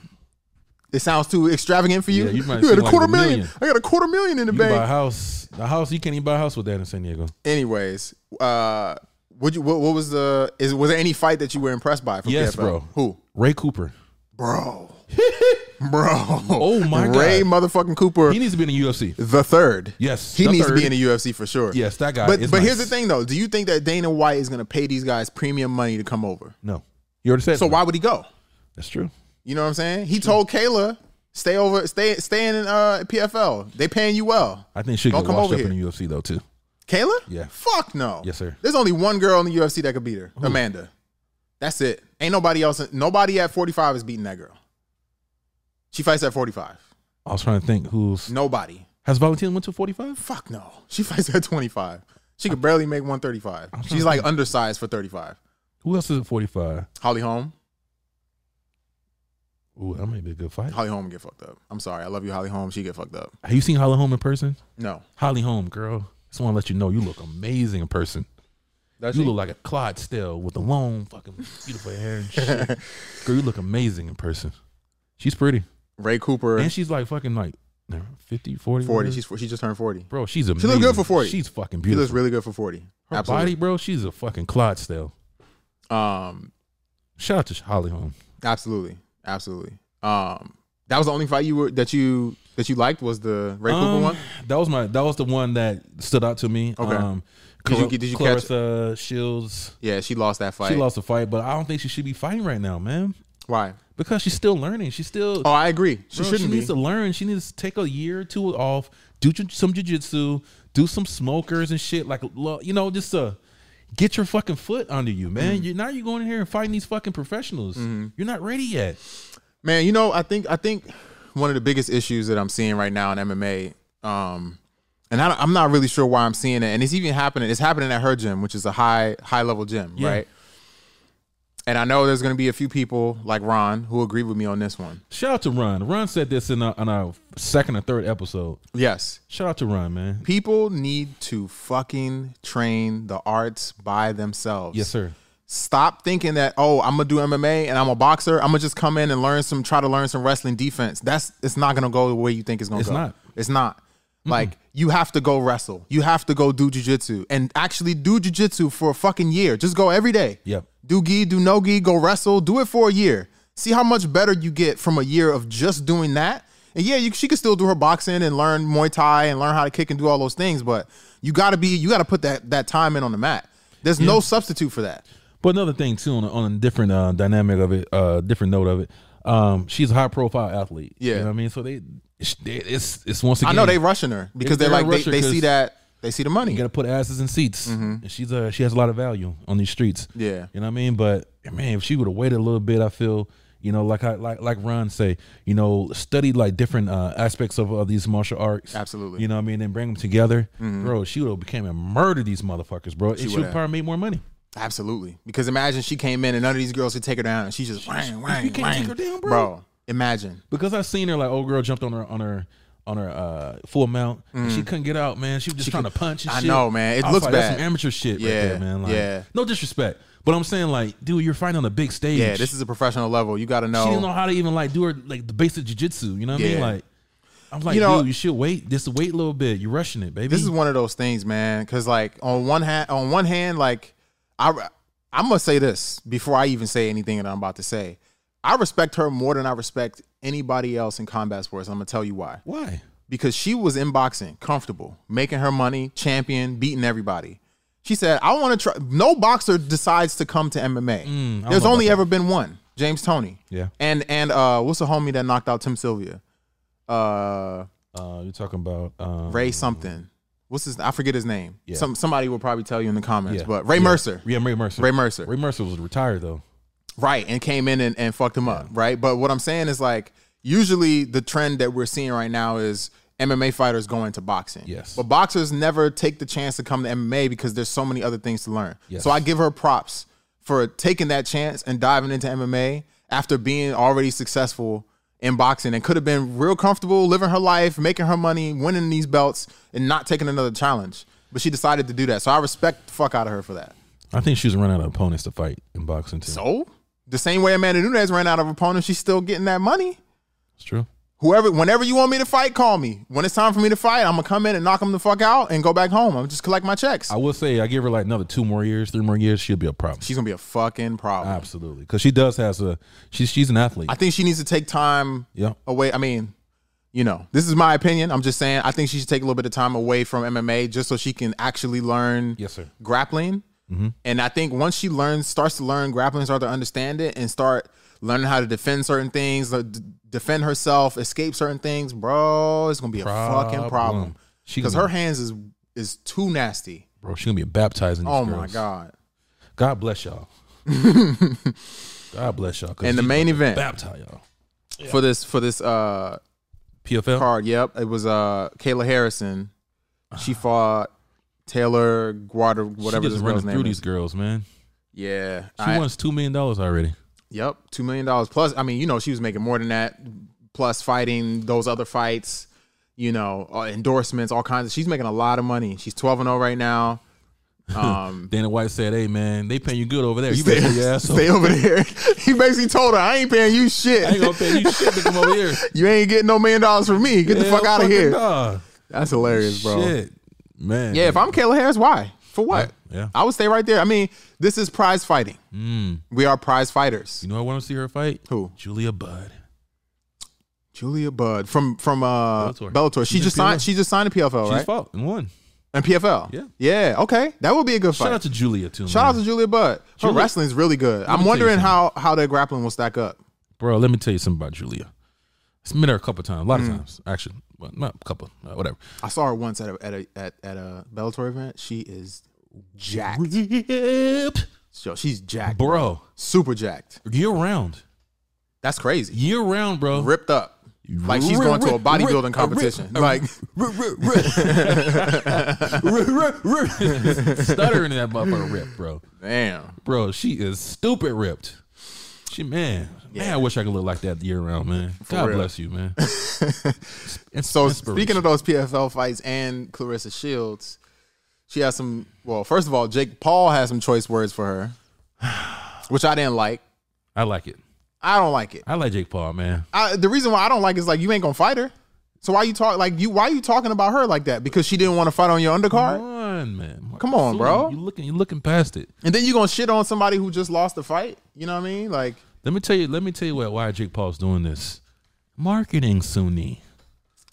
it sounds too extravagant for you.
Yeah, you might
had
seem
a
like
quarter
a
million.
million.
I got a quarter million in the
You can
bank.
buy a house. A house. You can't even buy a house with that in San Diego.
Anyways, uh, would you? What, what was the? Is was there any fight that you were impressed by? From
Yes,
PFL?
bro.
Who,
Ray Cooper.
bro, bro?
Oh my God.
Ray motherfucking Cooper
He needs to be in the UFC.
the third.
Yes,
he
the
needs
third.
to be in the UFC for sure.
Yes, that guy
But
is
but
nice.
here's the thing though. Do you think that Dana White is going to pay these guys premium money to come over?
No, you already said.
So
that.
why would he go?
That's true.
You know what I'm saying? He told Kayla stay over, stay stay in uh, PFL. They paying you well.
I think she
Don't
get
come
washed
over
up in
here. Oh.
the UFC though too.
Kayla?
Yeah.
Fuck no.
Yes, sir.
There's only one girl in the UFC that could beat her, Amanda. That's it. Ain't nobody else. Nobody at 45 is beating that girl. She fights at 45.
I was trying to think who's
Nobody.
has Valentina went to forty five.
Fuck no. She fights at 25. She could barely make 135. She's like undersized for 35.
Who else is at forty five?
Holly Holm.
Ooh, that might be a good fight.
Holly Holm get fucked up. I'm sorry. I love you, Holly Holm. She get fucked up.
Have you seen Holly Holm in person?
No.
Holly Holm, girl. Just want to let you know you look amazing in person.
Does
you
she?
look like a Clyde still with the long fucking beautiful hair and shit. Girl, you look amazing in person. She's pretty.
Ray Cooper,
And she's like fucking like 50, 40.
40.
whatever.
She's she just turned 40.
bro, she's amazing.
good for 40.
She's fucking
She looks
beautiful.
really good for 40.
Her body, bro, she's a fucking Clyde still.
Um,
Shout out to Holly Holm.
absolutely, absolutely. Um, that was the only fight you were that you that you liked was the Ray
Um,
Cooper one.
That was my that was the one that stood out to me.
Okay.
Um,
Did you
Clar-
get- did you catch-
Clarissa Shields?
Yeah, she lost that fight.
She lost the fight, but I don't think she should be fighting right now, man.
Why?
Because she's still learning. She's still
Oh, I agree. She
Bro,
shouldn't
needs
be.
to learn. She needs to take a year or two off, do ju- some jujitsu, do some smokers and shit. Like, lo- you know, just uh, get your fucking foot under you,
Mm.
man. You now you're going in here and fighting these fucking professionals.
Mm-hmm.
You're not ready yet.
Man, you know, I think I think one of the biggest issues that I'm seeing right now in MMA, um, and I don't, I'm not really sure why I'm seeing it, and it's even happening. It's happening at her gym, which is a high high level gym,
Yeah.
right? And I know there's going to be a few people like Ron who agree with me on this one.
Shout out to Ron. Ron said this in our, on our second or third episode.
Yes,
Shout out to Ron, man.
people need to fucking train the arts by themselves.
Yes, sir.
Stop thinking that oh, I'm gonna do MMA and I'm a boxer. I'm gonna just come in and learn some, try to learn some wrestling defense. That's it's not gonna go the way you think it's gonna
It's
go.
not.
It's not. Like you have to go wrestle. You have to go do jujitsu and actually do jujitsu for a fucking year. Just go every day.
Yep.
Do gi, do no gi, go wrestle. Do it for a year. See how much better you get from a year of just doing that. And yeah, you, she could still do her boxing and learn Muay Thai and learn how to kick and do all those things, but you got to be you got to put that that time in on the mat. There's no substitute for that.
But another thing too, on a, on a different uh, dynamic of it, uh, different note of it, um, she's a high profile athlete.
Yeah.
you know what I mean. So they, it's- it's it's once again.
I know they rushing her because
They-
they're
they
like they,
rush her
they
'cause-
see that they see the money. Mm-hmm.
You gotta put asses in seats. And she's uh she has a lot of value on these streets.
Yeah.
You know what I mean? But man, if she would have waited a little bit, I feel, you know, like I like like Ron say, you know, study like different uh, aspects of, of these martial arts.
Absolutely. Mm-hmm.
You know what I mean? And bring them together. Bro, she would have became and murdered these motherfuckers, bro. And she, would
would've.
probably made more money.
Absolutely. Because imagine she came in and none of these girls could take her down and she just wang, wang,
you can't
wang.
take her down, bro.
imagine.
Because I seen her like old girl jumped on her on her on her uh, full mount, and she couldn't get out, man. She was just trying to punch and
Mm. I
shit.
know, man. It
I was
looks
like, that's
bad.
some amateur shit, right
Yeah,
there, man. Like,
yeah.
no disrespect, but I'm saying like, dude, you're fighting on a big stage.
Yeah, this is a professional level. You got to
She
know.
didn't know how to even like do her like the basic jujitsu. You know what I mean?
Yeah.
Like, I'm like,
You know-
dude, you should wait. Just wait a little bit. You're rushing it, baby.
This is one of those things, man. Because like on one hand, on one hand, like I, I'm gonna say this before I even say anything that I'm about to say. I respect her more than I respect anybody else in combat sports. I'm gonna tell you why.
why.
because she was in boxing, comfortable, making her money, champion, beating everybody. She said, I want to try. No boxer decides to come to MMA.
Mm, don't
There's
know
only
about
ever been one James Tony.
Yeah.
And, and, uh, what's the homie that knocked out Tim Sylvia? Uh,
Uh, you're talking about um,
Ray something. What's his, I forget his name.
Yeah.
Some, somebody will probably tell you in the comments,
yeah.
but Ray
Yeah.
Mercer.
Yeah, Ray Mercer.
Ray Mercer.
Ray Mercer was retired though.
Right. And came in and, and fucked him up. Right. But what I'm saying is like, usually the trend that we're seeing right now is MMA fighters going to boxing.
Yes.
But boxers never take the chance to come to MMA because there's so many other things to learn.
Yes.
So I give her props for taking that chance and diving into MMA after being already successful in boxing and could have been real comfortable living her life, making her money, winning these belts, and not taking another challenge. But she decided to do that. So I respect the fuck out of her for that.
I think she was running out of opponents to fight in boxing too.
So the same way Amanda Nunes ran out of opponents, she's still getting that money.
it's true.
Whoever, whenever you want me to fight, call me. When it's time for me to fight, I'm gonna come in and knock them the fuck out and go back home. I'm just collect my checks.
I will say, I give her like another two more years, three more years, she'll be a problem.
She's gonna be a fucking problem.
Absolutely, because she does has a she's she's an athlete.
I think she needs to take time
yeah,
away. I mean, you know, this is my opinion. I'm just saying. I think she should take a little bit of time away from MMA just so she can actually learn
yes, sir.
grappling.
Mm-hmm.
And I think once she learns, starts to learn grappling, start to understand it, and start learning how to defend certain things, uh, d- defend herself, escape certain things, bro, it's gonna be a fucking problem.
She
Because
because
her hands is is too nasty.
bro, she's gonna be baptizing. These
Oh
girls.
my god!
God bless y'all. God bless y'all. 'cause
And the
she's
main
gonna
event.
baptize y'all.
For this for this uh
PFL.
card, yep, it was uh Kayla Harrison. She fought Taylor Guarder, whatever
Uh-huh. she
this
just
girl's
running
name
through
is.
these girls, man.
Yeah, she
She wants two million dollars already.
Yep, two million dollars plus. I mean, you know, she was making more than that. Plus, fighting those other fights, you know, uh, endorsements, all kinds. of She's making a lot of money. She's twelve and zero right oh now. Um,
Dana White said, "Hey man, they paying you good over there. You
stay,
better pull your ass up.
stay over there. He basically told her, "I ain't paying you shit.
I ain't gonna pay you shit to come over here.
you ain't getting no million dollars from me. Get the
Hell
fuck out of
fucking
here."
nah.
That's hilarious, bro.
Shit, man.
Yeah, if I'm Kayla Harris, why? For what?
Yeah, Mm. yeah.
I would stay right there. I mean, this is prize fighting. We are prize fighters.
you know, who I want to see her fight.
Who?
Julia Budd.
Julia Budd from from uh,
Bellator.
Bellator.
She's
She just
in PFL.
signed. She just signed a PFL,
She's
right?
fought and won.
And PFL.
Yeah.
Yeah. Okay, that would be a good
Shout
fight.
out to Julia too.
Shout
man.
out to Julia Budd. Her
Julia-
wrestling's really good.
me tell
I'm
you
wondering
something.
how how their grappling will stack up.
bro. Let me tell you something about Julia. I've met her a couple times, a lot
Mm.
of times actually. Well, not a couple, uh, whatever.
I saw her once at a at a at, at a Bellator event. She is jacked.
Rip.
Yo, she's jacked.
Bro,
Super jacked.
year round,
That's crazy.
year round, bro.
Ripped up. Like she's
Rip,
going to a
rip,
bodybuilding
rip,
competition.
rip,
Like
rip, rip, rip. Rip, rip, rip. stuttering in that motherfucker rip, bro.
damn.
Bro, she is stupid ripped. She man, man, I wish I could look like that year round, man. God
real.
bless you, man. Ins-
So
inspiration.
speaking of those PFL fights and Clarissa Shields, she has some. Well, first of all, Jake Paul has some choice words for her, which I didn't like.
I like it.
I don't like it.
I like Jake Paul, man.
I, the reason why I don't like is like you ain't gonna fight her. So why you talk like you? Why you talking about her like that? Because she didn't want to fight on your
Come
undercard,
on, man.
Come on, bro.
You looking, you looking past it.
and then you gonna shit on somebody who just lost the fight. You know what I mean? Like
Let me tell you. Let me tell you what, why Jake Paul's doing this. Marketing, Sunni.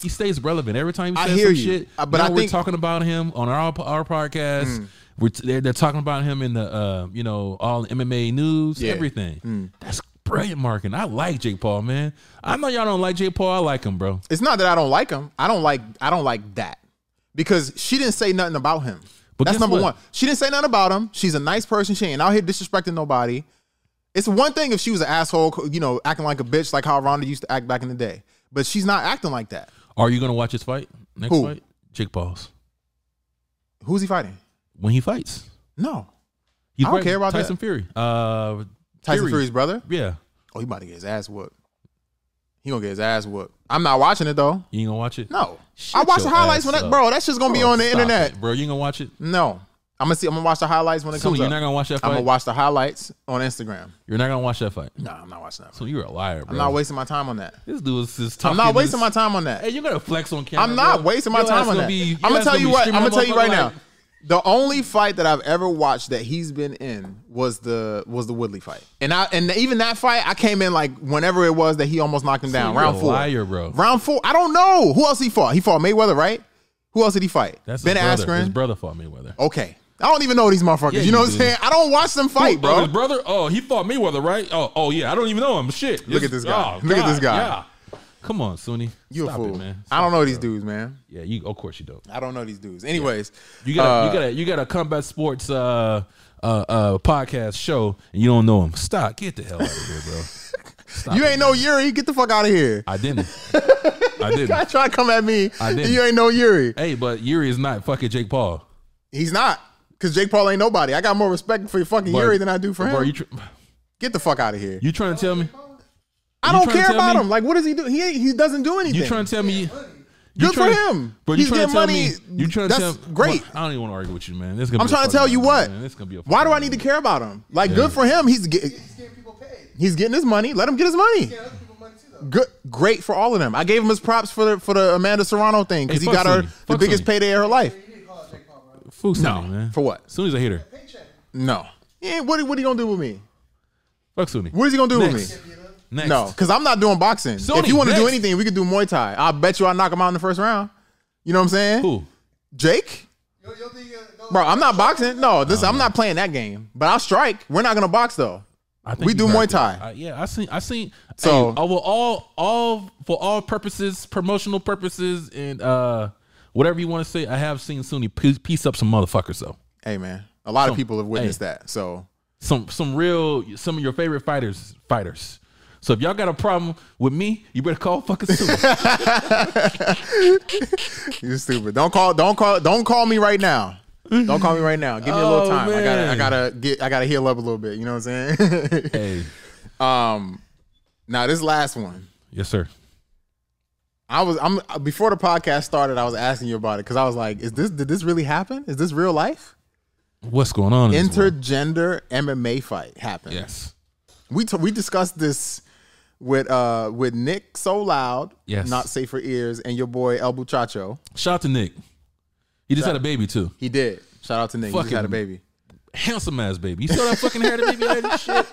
He stays relevant every time he
I
says
hear
some
you.
shit.
Uh, but
now
I
we're
think- Mm.
talking about him on our our podcast. We're t- they're, they're talking about him in the uh, you know all MMA news,
Yeah. Mm.
everything. That's brilliant marketing. I like Jake Paul, man. I know y'all don't like Jake Paul. I like him, bro.
it's not that I don't like him. I don't like I don't like that because she didn't say nothing about him.
But
That's
guess
number one.
what?
She didn't say nothing about him. She's a nice person. She ain't out here disrespecting nobody. It's one thing if she was an asshole, you know, acting like a bitch, like how Ronda used to act back in the day. But she's not acting like that.
Are you gonna watch his fight next
Who?
fight? Jake Paul's
Who's he fighting?
when he fights.
No,
He's
I don't
right-
care about that.
Tyson Fury. Uh,
Tyson
Fury.
Fury's brother.
yeah.
Oh, he about to get his ass whooped. He gonna get his ass whooped. I'm not watching it though.
You ain't gonna watch it?
No,
Shut
I watch the
your
highlights
ass
when that,
up.
bro. That shit's gonna be
Bro,
on the
stop
internet.
it, bro. You ain't gonna watch it?
No, I'm gonna see. I'm gonna watch the highlights when it
So
comes
you're
up.
not gonna watch that
I'm
fight?
gonna watch the highlights on Instagram.
You're not gonna watch that fight.
No, I'm not watching that.
So you're a liar, bro.
I'm not wasting my time on that.
This dude is just
I'm not wasting my time on
Hey,
that.
you're gonna flex on camera.
I'm not
bro.
wasting my
Your ass
time on
gonna
that.
be- your
I'm gonna
ass
tell
be
you what. I'm
streaming
gonna tell you
that
right
motherfucker
now.
like-
The only fight that I've ever watched that he's been in was the was the Woodley fight, and I and even that fight I came in like whenever it was that he almost knocked him down.
you're
Round
a
four,
liar, bro.
Round four. I don't know who else he fought. He fought Mayweather, right? Who else did he fight?
That's
ben
his brother. His
Askren.
brother fought Mayweather.
Okay, I don't even know these motherfuckers.
Yeah,
you know
you
what I'm
do.
saying? I don't watch them
Oh,
fight, bro.
his brother. Oh, he fought Mayweather, right? Oh, oh yeah. I don't even know him. Shit. oh,
Look at this guy. Look at this guy.
Yeah. Come on, Sunny.
You a
Stop
fool,
it, man.
I don't know these dudes, man.
Yeah, you. Of course you don't.
I don't know these dudes. Anyways, uh,
You got a, you got a, you got a combat sports uh, uh, uh, podcast show, and you don't know him. Stop. Get the hell out of here, bro. Stop
you
it,
ain't no
man.
Yuri. Get the fuck out of here.
I didn't. I
Guy
didn't.
try to come at me.
I didn't.
You ain't no Yuri.
Hey, but Yuri is not fucking Jake Paul.
He's not. Cause Jake Paul ain't nobody. I got more respect for your fucking
Bro,
Yuri than I do for
Bro,
him.
you, tr-
Get the fuck out of here.
you trying to tell me?
I
you
don't
trying to
care
tell
about
me-
him. Like, what does he do? He ain't, he doesn't do anything.
You trying to tell me? you
Good for
tryna-
him.
Bro, you
He's
trying
getting
to tell
money.
me? You trying to
That's
tell?
great.
I don't even want to argue with you, man. This is gonna
I'm
be a
trying to
fucking
tell you
argument,
what.
man. This is gonna be a
Why do
fucking
I need to
argument.
care about him? Like, good for him. He's get,
He's getting people paid.
he's getting his money. Let him get his money.
Getting other people money too, though.
Good, great for all of them. I gave him his props for the for the Amanda Serrano thing because
Hey,
he
fuck
got her
Sony.
the
Fuck
biggest
Sony.
payday of her life.
You need to call out Jake Paul, bro.
Fool
No.
Sunny, man.
For what?
Sunny's a hater.
Paycheck.
No. Yeah, what what are you gonna do with me?
Fuck Sunny.
What is he gonna do with
Next.
me?
Next.
No, because I'm not doing boxing.
Sony,
if you want to do
next.
anything, we could do Muay Thai. I bet you I knock him out in the first round. You know what I'm saying?
Who?
Jake?
You'll, you'll think you'll go-
Bro, I'm not boxing. No, this
Oh.
I'm not playing that game. But I'll strike. We're not gonna box though.
I think
We
you
do
right
Muay
there.
Thai.
I- yeah, I seen. I seen. So
So-
hey, over all, all for all purposes, promotional purposes, and uh whatever you want to say, I have seen Sunny piece, piece up some motherfuckers though.
Hey man, a lot of people have witnessed that. So
Some some real some of your favorite fighters fighters. So if y'all got a problem with me, you better call fucking Sunny.
you stupid. Don't call. Don't call. Don't call me right now. Don't call me right now. Give me a
Oh,
little time. I gotta. I
man.
gotta get. I gotta heal up a little bit. You know what I'm saying?
hey,
um. Now this last one.
yes sir.
I was I'm before the podcast started. I was asking you about it because I was like, "Is this did this really happen? Is this real life?"
What's going on? in this world?
Intergender MMA fight happened.
Yes.
We t- we discussed this with uh with Nick So Loud,
Yes.
not safe for ears, and your boy El Buchacho.
Shout out to Nick. He just had a baby too.
He did. Shout out to Nick. he just
Fucking-
had a baby.
Handsome ass baby. You saw that fucking hair the baby had and shit.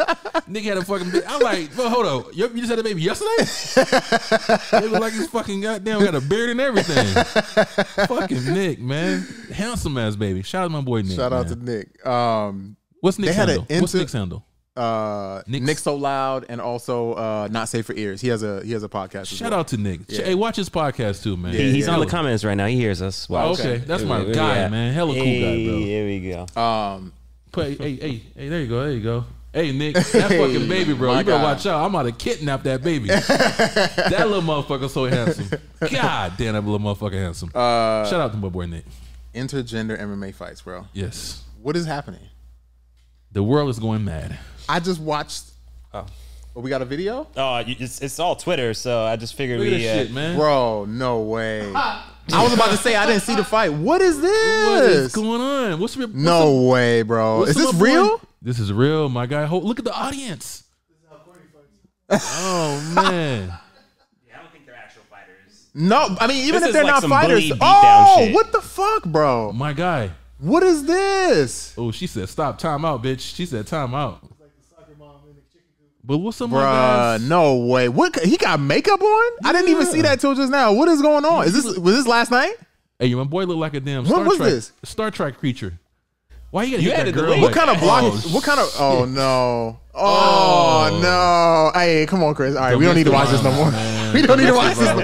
Nick had a fucking. Ba- I'm like, well, hold on. You, you just had a baby yesterday. it was like he's fucking goddamn got a beard and everything. fucking Nick, man. Handsome ass baby. Shout out to my boy Nick.
Shout out to
man.
Nick. Um
what's Nick's
they had
handle?
an
what's
inter-
Nick's handle?
uh
Nick's-
Nick So Loud and also uh Not Safe for Ears. He has a he has a podcast. as
Shout
well.
out to Nick. Hey, watch his podcast too, man.
He's
yeah.
on the comments right now. He hears us. Wow.
Oh, okay. That's my guy, man. Hella cool guy, bro. Uh,
Here we go.
Um
Put, hey, hey, hey, there you go, there you go. Hey, Nick, that fucking baby, bro.
my
You better
God.
watch out. I'm about to kidnap that baby. that little motherfucker so handsome. God damn, that little motherfucker handsome.
Uh,
Shout out to my boy Nick.
intergender MMA fights, bro.
Yes,
What is happening?
the world is going mad.
I just watched Oh, we got a video?
Oh, you- it's, it's all Twitter, so I just figured
Look at
we.
this
uh,
shit, man.
Bro, no way. I was about to say I didn't see the fight. What is
What is
this?
going on? What's your what's
No way, bro.
What's
Is this
up, boy?
real?
This is real, my guy. Ho- Look at the audience. Oh man,
I don't think they're actual fighters.
No, I mean even
This
if
is
they're
like
not
some
fighters.
bully beatdown
Oh,
shit.
what the fuck, bro?
my guy.
What is this,
Oh, she said stop, time out, bitch. She said time out.
Like the soccer mom in the chicken coop.
But what's up, my guys?
Bruh, No way. What he got makeup on? I didn't even
Yeah.
see that till just now. What is going on? Is this was this last night?
Hey, my boy look like a damn
What
Star
was
Trek
this?
Star Trek creature. Why you gotta
You
hit that
added the
girl?
link.
like-
What kind of block?
Oh,
what kind of? Oh no! Oh, no! Hey, come on, Chris. All right, we don't need to watch this no more. We don't need to watch this. I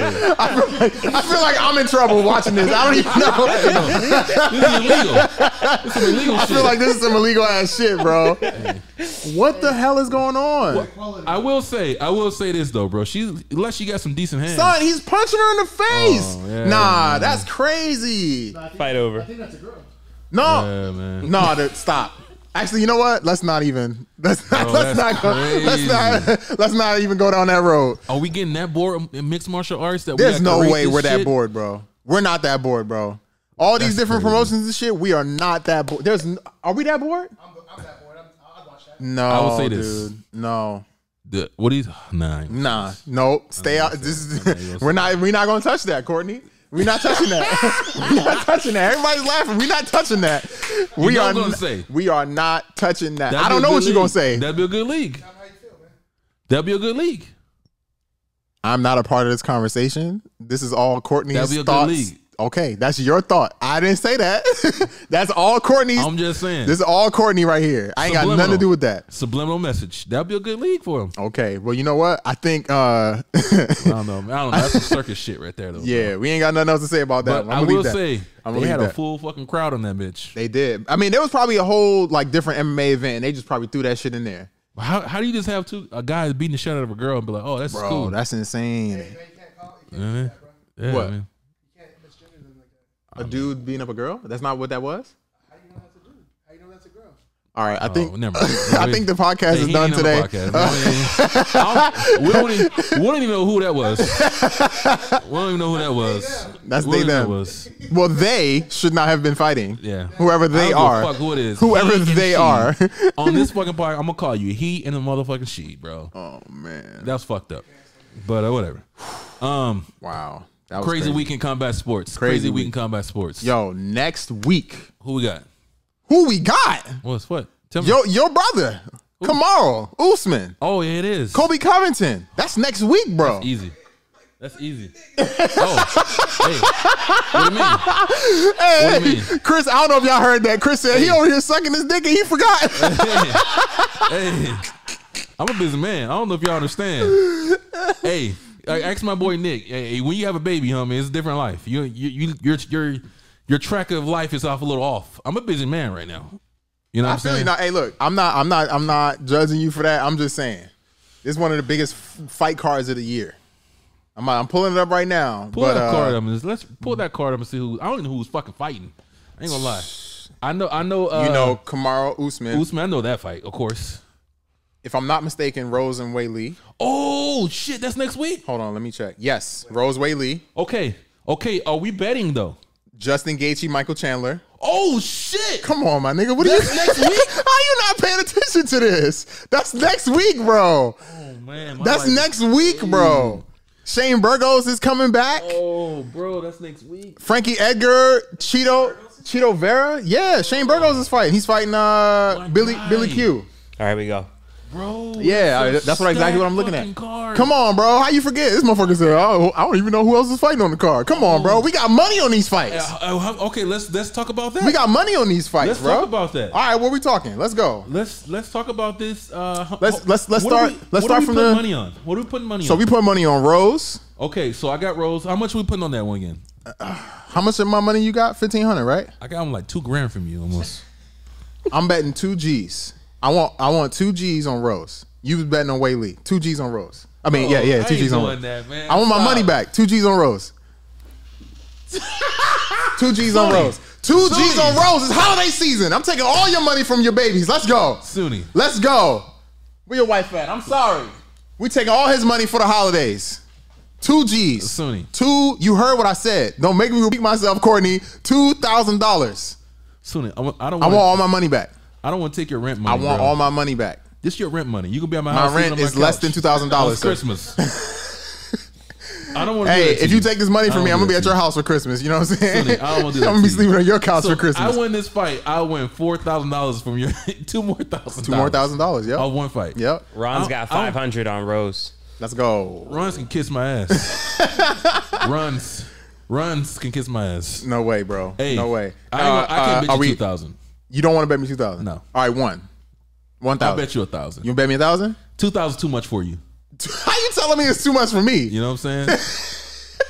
feel, like, I feel like I'm in trouble watching this. I don't even know.
This is illegal. this is illegal
I
shit.
feel like this is some illegal ass shit, bro. What the hell is going on,
Quality.
I will say, I will say this though, bro. She's unless she got some decent hands.
son? He's punching her in the face.
Oh, yeah,
nah, that's crazy.
I think-
Fight over.
I think that's a girl.
No,
Yeah, man.
no, dude, stop. Actually, you know what? Let's not even. Let's not.
Bro,
let's not
that's
go. Let's not. Let's not even go down that road.
Are we getting that bored in mixed martial arts? That we
There's
gotta
no
create
way
this
we're that
shit?
bored, bro. We're not that bored, bro. All these
That's
different
crazy.
promotions and shit, we are not that bored. There's, n- are we that bored?
I'm, I'm that boy. I'm, I'd watch that.
No,
I will say this.
dude. No,
The, what is nah?
nah, no. Stay
Oh,
out. This
you'll
is,
see.
we're not. We're not gonna touch that, Courtney. We're not touching that. we're not touching that. Everybody's laughing. We're not touching that. We
know
are.
I'm gonna
n-
say.
We are not touching that.
That'd
I
be
don't
a
know
good
what you're
league.
gonna say.
That'd be a good league.
How you feel, man?
That'd be a good league.
I'm not a part of this conversation. This is all Courtney's
That'd be a good
thoughts.
league.
Okay, that's your thought. I didn't say that. that's all Courtney's.
I'm just saying.
This is all Courtney right here. I ain't got nothing to
Subliminal.
do with that.
Subliminal message. That'd be a good league for him.
Okay. Well, you know what? I think uh
I don't know. man. I don't know. That's some circus shit right there, though.
yeah, we ain't got nothing else to say about that. I'm
But I
gonna leave
will
that.
say,
I'm gonna
they
leave
had a
that.
full fucking crowd on that bitch.
They did. I mean, there was probably a whole like different MMA event. And they just probably threw that shit in there.
How how do you just have two a guy beating the shit out of a girl and be like, oh, that's
Bro,
cool.
that's insane.
Man, you can't call. You can't do that, bro.
yeah,
what?
man.
You can't misgender them like that.
A dude beating up a girl? That's not what that was?
How you know that's a dude? How you know that's a girl?
All right. I
Oh,
think
never.
I think the podcast
Hey,
is
he
done
ain't on the
today.
podcast, man. I mean, I don't- we, don't even, we don't even know who that was. We don't even know who that was.
That's
we
they
don't even know
them.
who it was.
Well, they should not have been fighting.
Yeah.
Whoever
I don't
they
give a
are.
fuck who it is.
Whoever
He and
they
she.
are.
on this fucking part, I'm gonna call you he and the motherfucking she, bro.
oh man.
That's fucked up. But uh, whatever. Um,
Wow. That was
crazy, week in combat sports.
Crazy
Crazy, week. in
week.
combat sports.
Yo, next week.
who we got?
Who we got?
What's what? Tell me.
Yo, your brother, Kamaro Usman,
Oh yeah, it is.
Kobe Covington. That's next week, bro.
Easy. That's easy. Oh, hey. What do you mean?
Hey,
What do you mean?
Chris, I don't know if y'all heard that. Chris said he over here sucking his dick and he forgot.
Hey. Hey. I'm a busy man. I don't know if y'all understand. Hey, I ask my boy Nick. Hey, when you have a baby, homie, it's a different life. You, you, you, your, your, your track of life is off a little off. I'm a busy man right now. You know what
I
I'm
feel you.
saying?
Now, hey, look, I'm not, I'm not, I'm not judging you for that. I'm just saying, this is one of the biggest f- fight cards of the year. I'm, I'm pulling it up right now.
Pull
but,
that
uh,
card up. And let's pull that card up and see who. I don't know who's fucking fighting. I ain't gonna lie. I know. I know. Uh,
you know, Kamaro Usman.
Usman. I know that fight, of course.
If I'm not mistaken, Rose and Wei Lee.
Oh shit! That's next week.
Hold on, let me check. Yes, Rose Wei Lee.
Okay. Okay. Are we betting though?
Justin Gaethje, Michael Chandler.
Oh shit!
Come on, my nigga. What are
That's
you
next week?
How you not paying attention to this? That's next week, bro.
Oh man, my
That's
life-
next week, bro. Shane Burgos is coming back.
Oh, bro, that's next week.
Frankie Edgar, Cheeto, Cheeto Vera. Yeah, Shane Burgos is fighting. He's fighting uh
My
Billy
guy.
Billy Q.
All right, we go.
bro.
Yeah, I-
a
that's what exactly
stacked
what I'm looking
fucking
at.
card.
Come on, bro. How you forget? This motherfucker said, oh, I don't even know who else is fighting on the card. Come on, bro. We got money on these fights.
Uh, uh, okay, let's let's talk about that.
We got money on these fights,
Let's
bro.
talk about that.
All right, what we talking? Let's go.
Let's let's talk about this. Uh, ho-
Let's- let's- let's
what are
start-
we-
let's
what are
start
we
from
putting
the-
money on. What are we putting money
So
on?
we put money on Rose.
okay, so I got Rose. How much we putting on that one again?
How much of my money you got? Fifteen hundred, right?
I got him like two grand from you almost.
I'm betting two G's. I want I want two G's on Rose. You was betting on Whaley. Two G's on Rose. I mean, yeah,
I
yeah, two
ain't
G's on
doing
Rose.
that, man.
I want my
Stop.
money back. Two G's on Rose. two G's on
Sonny.
Rose. Two G's on
Sonny.
Rose. It's holiday season. I'm taking all your money from your babies. Let's go.
Sunni.
Let's go. Where your wife at?
I'm sorry.
We taking all his money for the holidays. Two G's.
Sunni.
Two. You heard what I said. Don't make me repeat myself, Courtney. Two thousand dollars.
Sunni, I, want, I don't
I
want.
want all my money back.
I don't want to take your rent
I
money.
want
bro.
all my money back.
This is your rent money. You can be on my,
My
house. sleeping
rent
on my
is less
couch.
than two thousand
Oh,
dollars.
It's Christmas. I don't want.
Hey, if you take this money
I
from me,
don't
I'm gonna be
do that
at
to
your
you.
house for Christmas. You know what I'm
Sonny,
saying?
I don't wanna do that
I'm gonna be
to you.
sleeping on your couch
so
for Christmas.
I win this fight. I win four thousand dollars from your two more thousand.
Two more thousand dollars. Yep.
on one fight.
Yep.
Ron's
I-
got
I don't-
500 on Rose.
Let's go.
Runs can kiss my ass. runs, runs can kiss my ass.
No way, bro.
Hey,
no way.
I, ain't gonna- I
Uh, uh,
can't
are
bet you
we-
two thousand.
You don't want to bet me two thousand.
No.
All right, one. One
I
thousand.
bet you a thousand.
You bet me a thousand?
Two thousand too much for you.
How you telling me it's too much for me?
You know what I'm saying?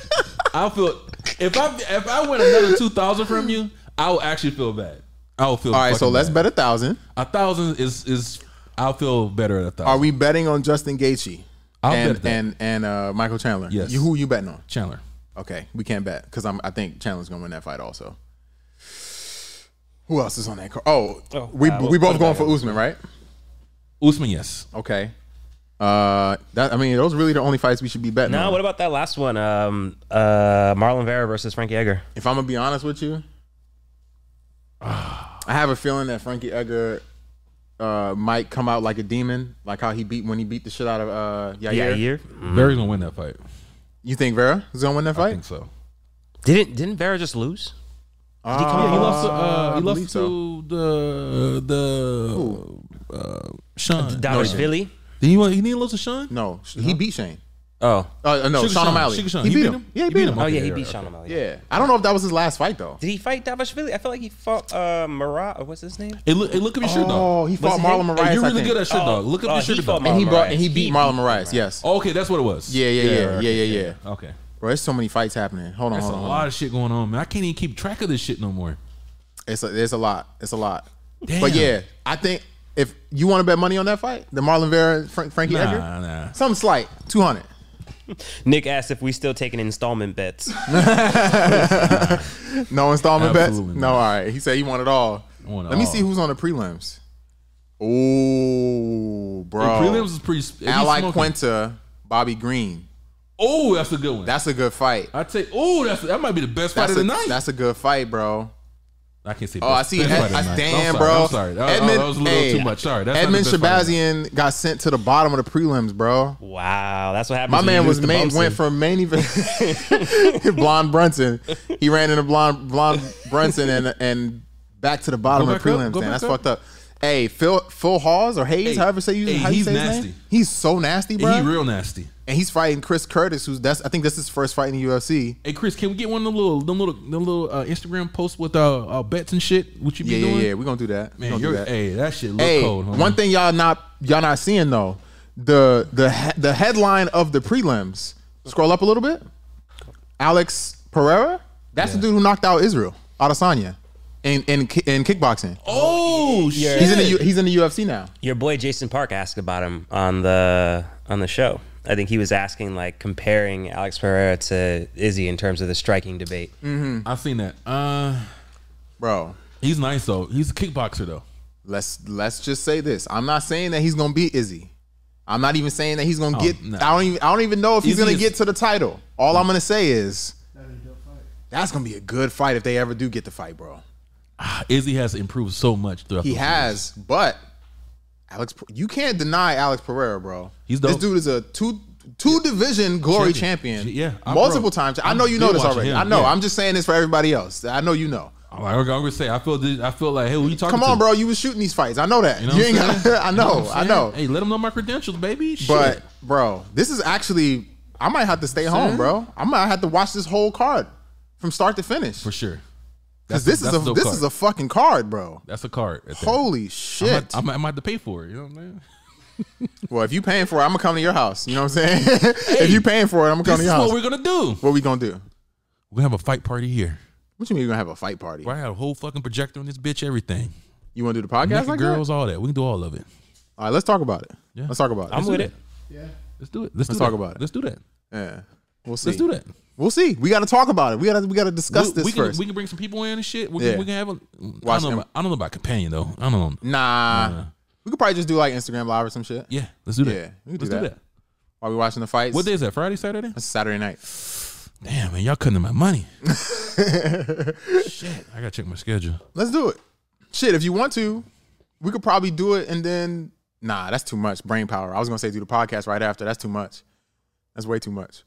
I feel if I if I win another two thousand from you, I will actually feel bad. I will feel.
All right, so
fucking
let's
bad.
bet a thousand.
A thousand is is I'll feel better at a thousand.
Are we betting on Justin Gaethje
I'll
and
bet that.
and and uh, Michael Chandler?
Yes.
You, who you betting on?
Chandler?
Okay, we can't bet because I'm. I think Chandler's gonna win that fight also. Who else is on that card? Oh, we
uh,
we
what
both
about
going for Usman, right?
Usman, yes.
Okay. Uh, that I mean, those are really the only fights we should be betting.
No,
on.
what about that last one? Um, uh, Marlon Vera versus Frankie Edgar.
if I'm gonna be honest with you, I have a feeling that Frankie Edgar uh, might come out like a demon, like how he beat when he beat the shit out of uh, Yair.
Yeah, year.
Barry's gonna win that fight.
You think Vera is gonna win that
I
fight?
think so.
Didn't didn't Vera just lose?
Yeah, he
Ah,
lost to uh,
I
he
believe
lost
so.
to the the uh, Sean.
Davishvili.
Did he, want- he didn't lose to Sean?
No, he beat Shane.
Oh,
Uh, uh, no,
Sugar
Sean
Sean,
O'Malley.
Sugar Sean.
He, beat him. Yeah, he beat, him.
oh
Okay,
yeah, he
right,
beat
right,
Sean
okay.
O'Malley.
Yeah, I don't know if that was his last fight though.
Did he fight Davishvili? I feel like he fought uh, Marat. What's his name?
Hey, look, hey, look at your shirt,
Oh,
dog.
he fought
it
Marlon
him?
Moraes.
Hey, you're
I
really
think.
good at shit,
Oh,
dog. Look up
oh,
your
he
shirt,
fought
dog.
Marlon
and he brought and he
Moraes.
beat
He
Marlon
beat
Moraes. Yes.
Oh, okay, that's what it was.
Yeah, yeah, yeah,
right,
yeah,
okay,
yeah, yeah.
Okay,
Bro, there's so many fights happening. Hold on,
that's a
hold on. hold
lot
on.
of shit going on, man. I can't even keep track of this shit no more.
It's a, it's a lot. It's a lot.
Damn.
But yeah, I think if you want to bet money on that fight, the Marlon Vera Frank, Frankie
Nah,
Edgar,
nah.
something slight, two hundred.
Nick asked if we still taking installment bets.
No installment bets.
Absolutely
No,
not.
all right. He said he want it all.
want it
Let me
all.
see who's on the prelims. Oh,
The
bro.
prelims is pretty. if he's
Ally
smoking-
Quinta, Bobby Green.
Oh, that's a good one.
That's a good fight.
I take. Oh, that's that might be the best fight
That's
of the
a,
night.
that's a good fight, bro.
I can't say.
Oh, I see.
That's
Ed,
right,
I,
man.
damn,
I'm sorry,
bro.
I'm sorry. That, Edmund, that was a little
hey,
too much. Sorry. That's
Edmund
not the best fight of the night.
Shabazian got sent to the bottom of the prelims, bro.
Wow, that's what happened.
My man was main, went from main event blonde Brunson. He ran into blonde blonde Brunson and and back to the bottom
Go
of the
back
prelims.
up, go
man,
back
that's
up.
fucked up. Hey, Phil Phil Hawes or Hayes,
Hey,
however say you
hey,
how you
he's
say his
nasty.
name. He's so nasty, bro.
He real nasty.
and he's fighting Chris Curtis, who's that's I think that's his first fight in the UFC.
Hey Chris, can we get one of the little, them little, them little uh, Instagram posts with uh, uh, bets and shit? What you be
Yeah,
doing?
yeah, yeah. We're gonna do that. We're
Man,
gonna do
you're,
that.
hey, that shit look
Hey,
cold. homie.
one thing y'all not y'all not seeing though, the the he- the headline of the prelims. Scroll up a little bit. Alex Pereira, that's the dude who knocked out Israel Adesanya in in ki- in kickboxing.
Oh shit!
He's in the U- he's in the UFC now.
Your boy Jason Park asked about him on the on the show. I think he was asking like comparing Alex Pereira to Izzy in terms of the striking debate.
Mm.
I've seen that. Uh,
Bro,
he's nice though. He's a kickboxer though.
let's let's just say this. I'm not saying that he's going to beat Izzy. I'm not even saying that he's going to get
Oh, no.
I don't even I don't even know if he's
Izzy
going to
is-
get to the title. All I'm going to say is
That'd be a dope fight.
That's gonna be a good fight if they ever do get the fight, bro.
Izzy has improved so much throughout.
He
the-
has, but Alex, you can't deny Alex Pereira, bro.
He's
this
dope.
dude is a two two division glory
Champion.
champion.
Yeah, I-
multiple
bro,
times. I
I'm
know you
big
know this
watching
already.
him,
I know.
yeah.
I'm just saying this for everybody else. I know you know.
I'm like, I'm gonna say I feel this, I feel like hey, who you talking?
Come on,
to?
bro. You was shooting these fights. I know that. You,
know what
ain't
I'm
gotta, I know.
what
I
I'm
know.
saying? Hey, let them know my credentials, baby. Shit.
But bro, this is actually. I might have to stay home, bro. I might have to watch this whole card from start to finish
for sure,
because this is
that's
a
a dope
this
card.
is a fucking card, bro.
that's a card. right there.
Holy
I'm
shit!
about- I'm, I'm about to pay for it. You know what I'm saying?
well, if you paying for it, I'm gonna come to your house. You know what I'm saying? if you paying for it, I'm gonna come
This
to
is
your house.
what we're gonna do.
What we gonna do?
We're gonna have a fight party here.
What you mean we gonna have a fight party?
Where I got a whole fucking projector on this bitch, everything.
You wanna do the podcast
Naked
like
girls,
that?
all that. We can do all of it.
All right, let's talk about it.
Yeah.
Let's talk about it.
I'm with it.
Let's do it. Let's,
Let's
do
talk
that.
about it.
Let's do that.
yeah. We'll see.
Let's do that.
We'll see. We gotta talk about it. We gotta we gotta discuss
we,
this
we can,
first.
We can bring some people in and shit. We,
Yeah.
can, we can have a. I
Watch
don't, know
them.
about, I don't know about companion though. I don't know.
nah. We could probably just do like Instagram live or some shit.
Yeah, let's do that.
Yeah, we can do
let's
that. While we watching the fights.
What day is that? Friday, Saturday?
That's Saturday night.
Damn man, y'all cutting in my money. shit, I gotta check my schedule.
Let's do it. Shit, if you want to, we could probably do it and then nah, that's too much brain power. I was gonna say do the podcast right after. That's too much. That's way too much.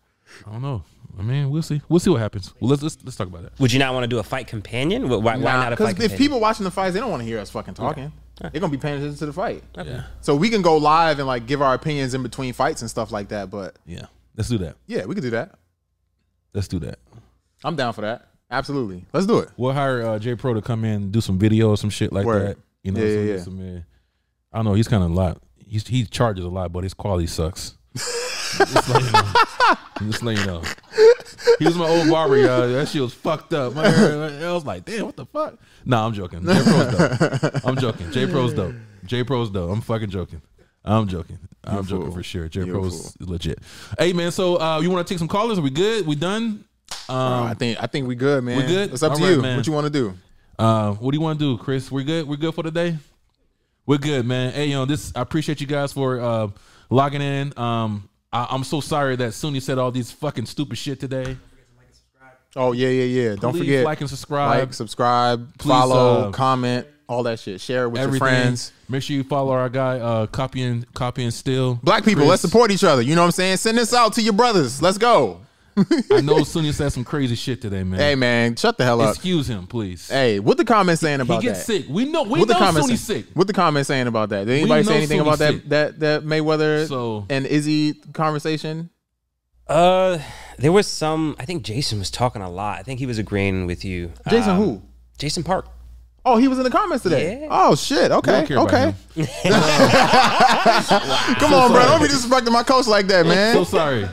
I don't know. I mean, we'll see. We'll see what happens. Well, let's let's, let's talk about that.
Would you not want to do a fight companion? Wh- Why, why not a
Because
fight companion?
if people watching the fights, they don't want to hear us fucking talking. They're gonna be paying attention to the fight.
Yeah,
So we can go live and like give our opinions in between fights and stuff like that. But
yeah. Let's do that.
yeah, we could do that.
Let's do that.
I'm down for that. Absolutely. Let's do it.
We'll hire uh, J Pro to come in and do some video or some shit like
Word.
that. You know,
Yeah,
some,
yeah, yeah.
some, uh, I don't know. He's kind of a lot. He's, he charges a lot, but his quality sucks. just letting you know. Just letting you know. He was my old barber, y'all. That shit was fucked up. My hair- I was like, damn, what the fuck? Nah, I'm joking. J Pro's dope. I'm joking. J Pro's dope. J Pro's dope. I'm fucking joking. I'm joking. I'm joking
fool.
for sure. J
You're a
Pro's legit. Hey man, so uh, you want to take some callers? Are we good? We done? Um,
Uh, I think I think we good, man.
We good?
It's up to
All right,
you.
man.
What you want to do?
Uh, what do you want to do, Chris? We're good. We're good for today. We're good, man. Hey, you know this. I appreciate you guys for uh, logging in. Um, I, I'm so sorry that SUNY said all these fucking stupid shit today.
Oh yeah, yeah, yeah. Don't
Please
forget
like and subscribe.
like, subscribe,
Please,
follow,
uh,
comment, all that shit. Share it with
Everything.
your friends.
Make sure you follow our guy, uh, copy and copy and still.
Black people,
Chris.
let's support each other. You know what I'm saying? Send this out to your brothers. Let's go.
I know SUNY said some crazy shit today, man.
Hey man, shut the hell up.
Excuse him, please.
Hey, what the comments saying
he
about
gets
that?
sick. We know. We
what the
know
comments
SUNY
saying,
sick.
What the comments saying about that? Did anybody
know
say anything
Sony
about that,
sick.
that that Mayweather
So-
and Izzy conversation?
Uh, there was some. I think Jason was talking a lot. I think he was agreeing with you.
Jason
Um,
who?
Jason Park.
Oh, he was in the comments today.
Yeah.
Oh shit. Okay.
don't care about
Okay.
him.
Come on, bro. Don't be disrespecting my coach like that, man.
So sorry.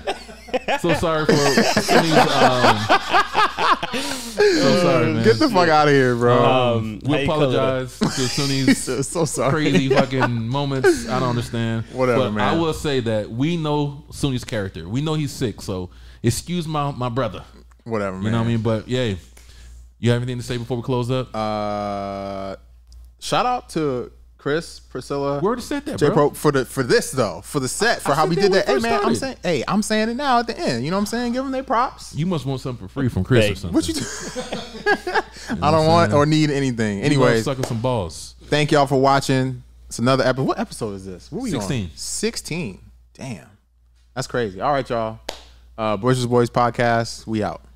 so sorry for SUNY's. Um, so sorry, man. Uh,
Get the fuck out of here, bro.
Um, how
We
you call it?
apologize to Sunny's
so, so sorry.
crazy fucking moments. I don't understand.
Whatever,
but
man.
I will say that we know Sunny's character. We know he's sick, so excuse my my brother.
Whatever, man.
You know what I mean? But yeah, you have anything to say before we close up?
Uh, shout out to Chris, Priscilla,
Word said that,
J
bro.
Pro for the for this though, for the set, for
I
how
said
we
that
did
when
that. Hey
we first
man, I'm
started.
saying, hey, I'm saying it now at the end. You know what I'm saying? Give them their props.
You must want something for free from Chris
Hey,
or something.
What you do? I don't want or need anything.
You love
Anyways,
sucking some balls.
thank y'all for watching. It's another episode. What episode is this? What we
16.
on? Sixteen. Damn, that's crazy. All right, y'all. Uh, Boys Boys podcast. We out.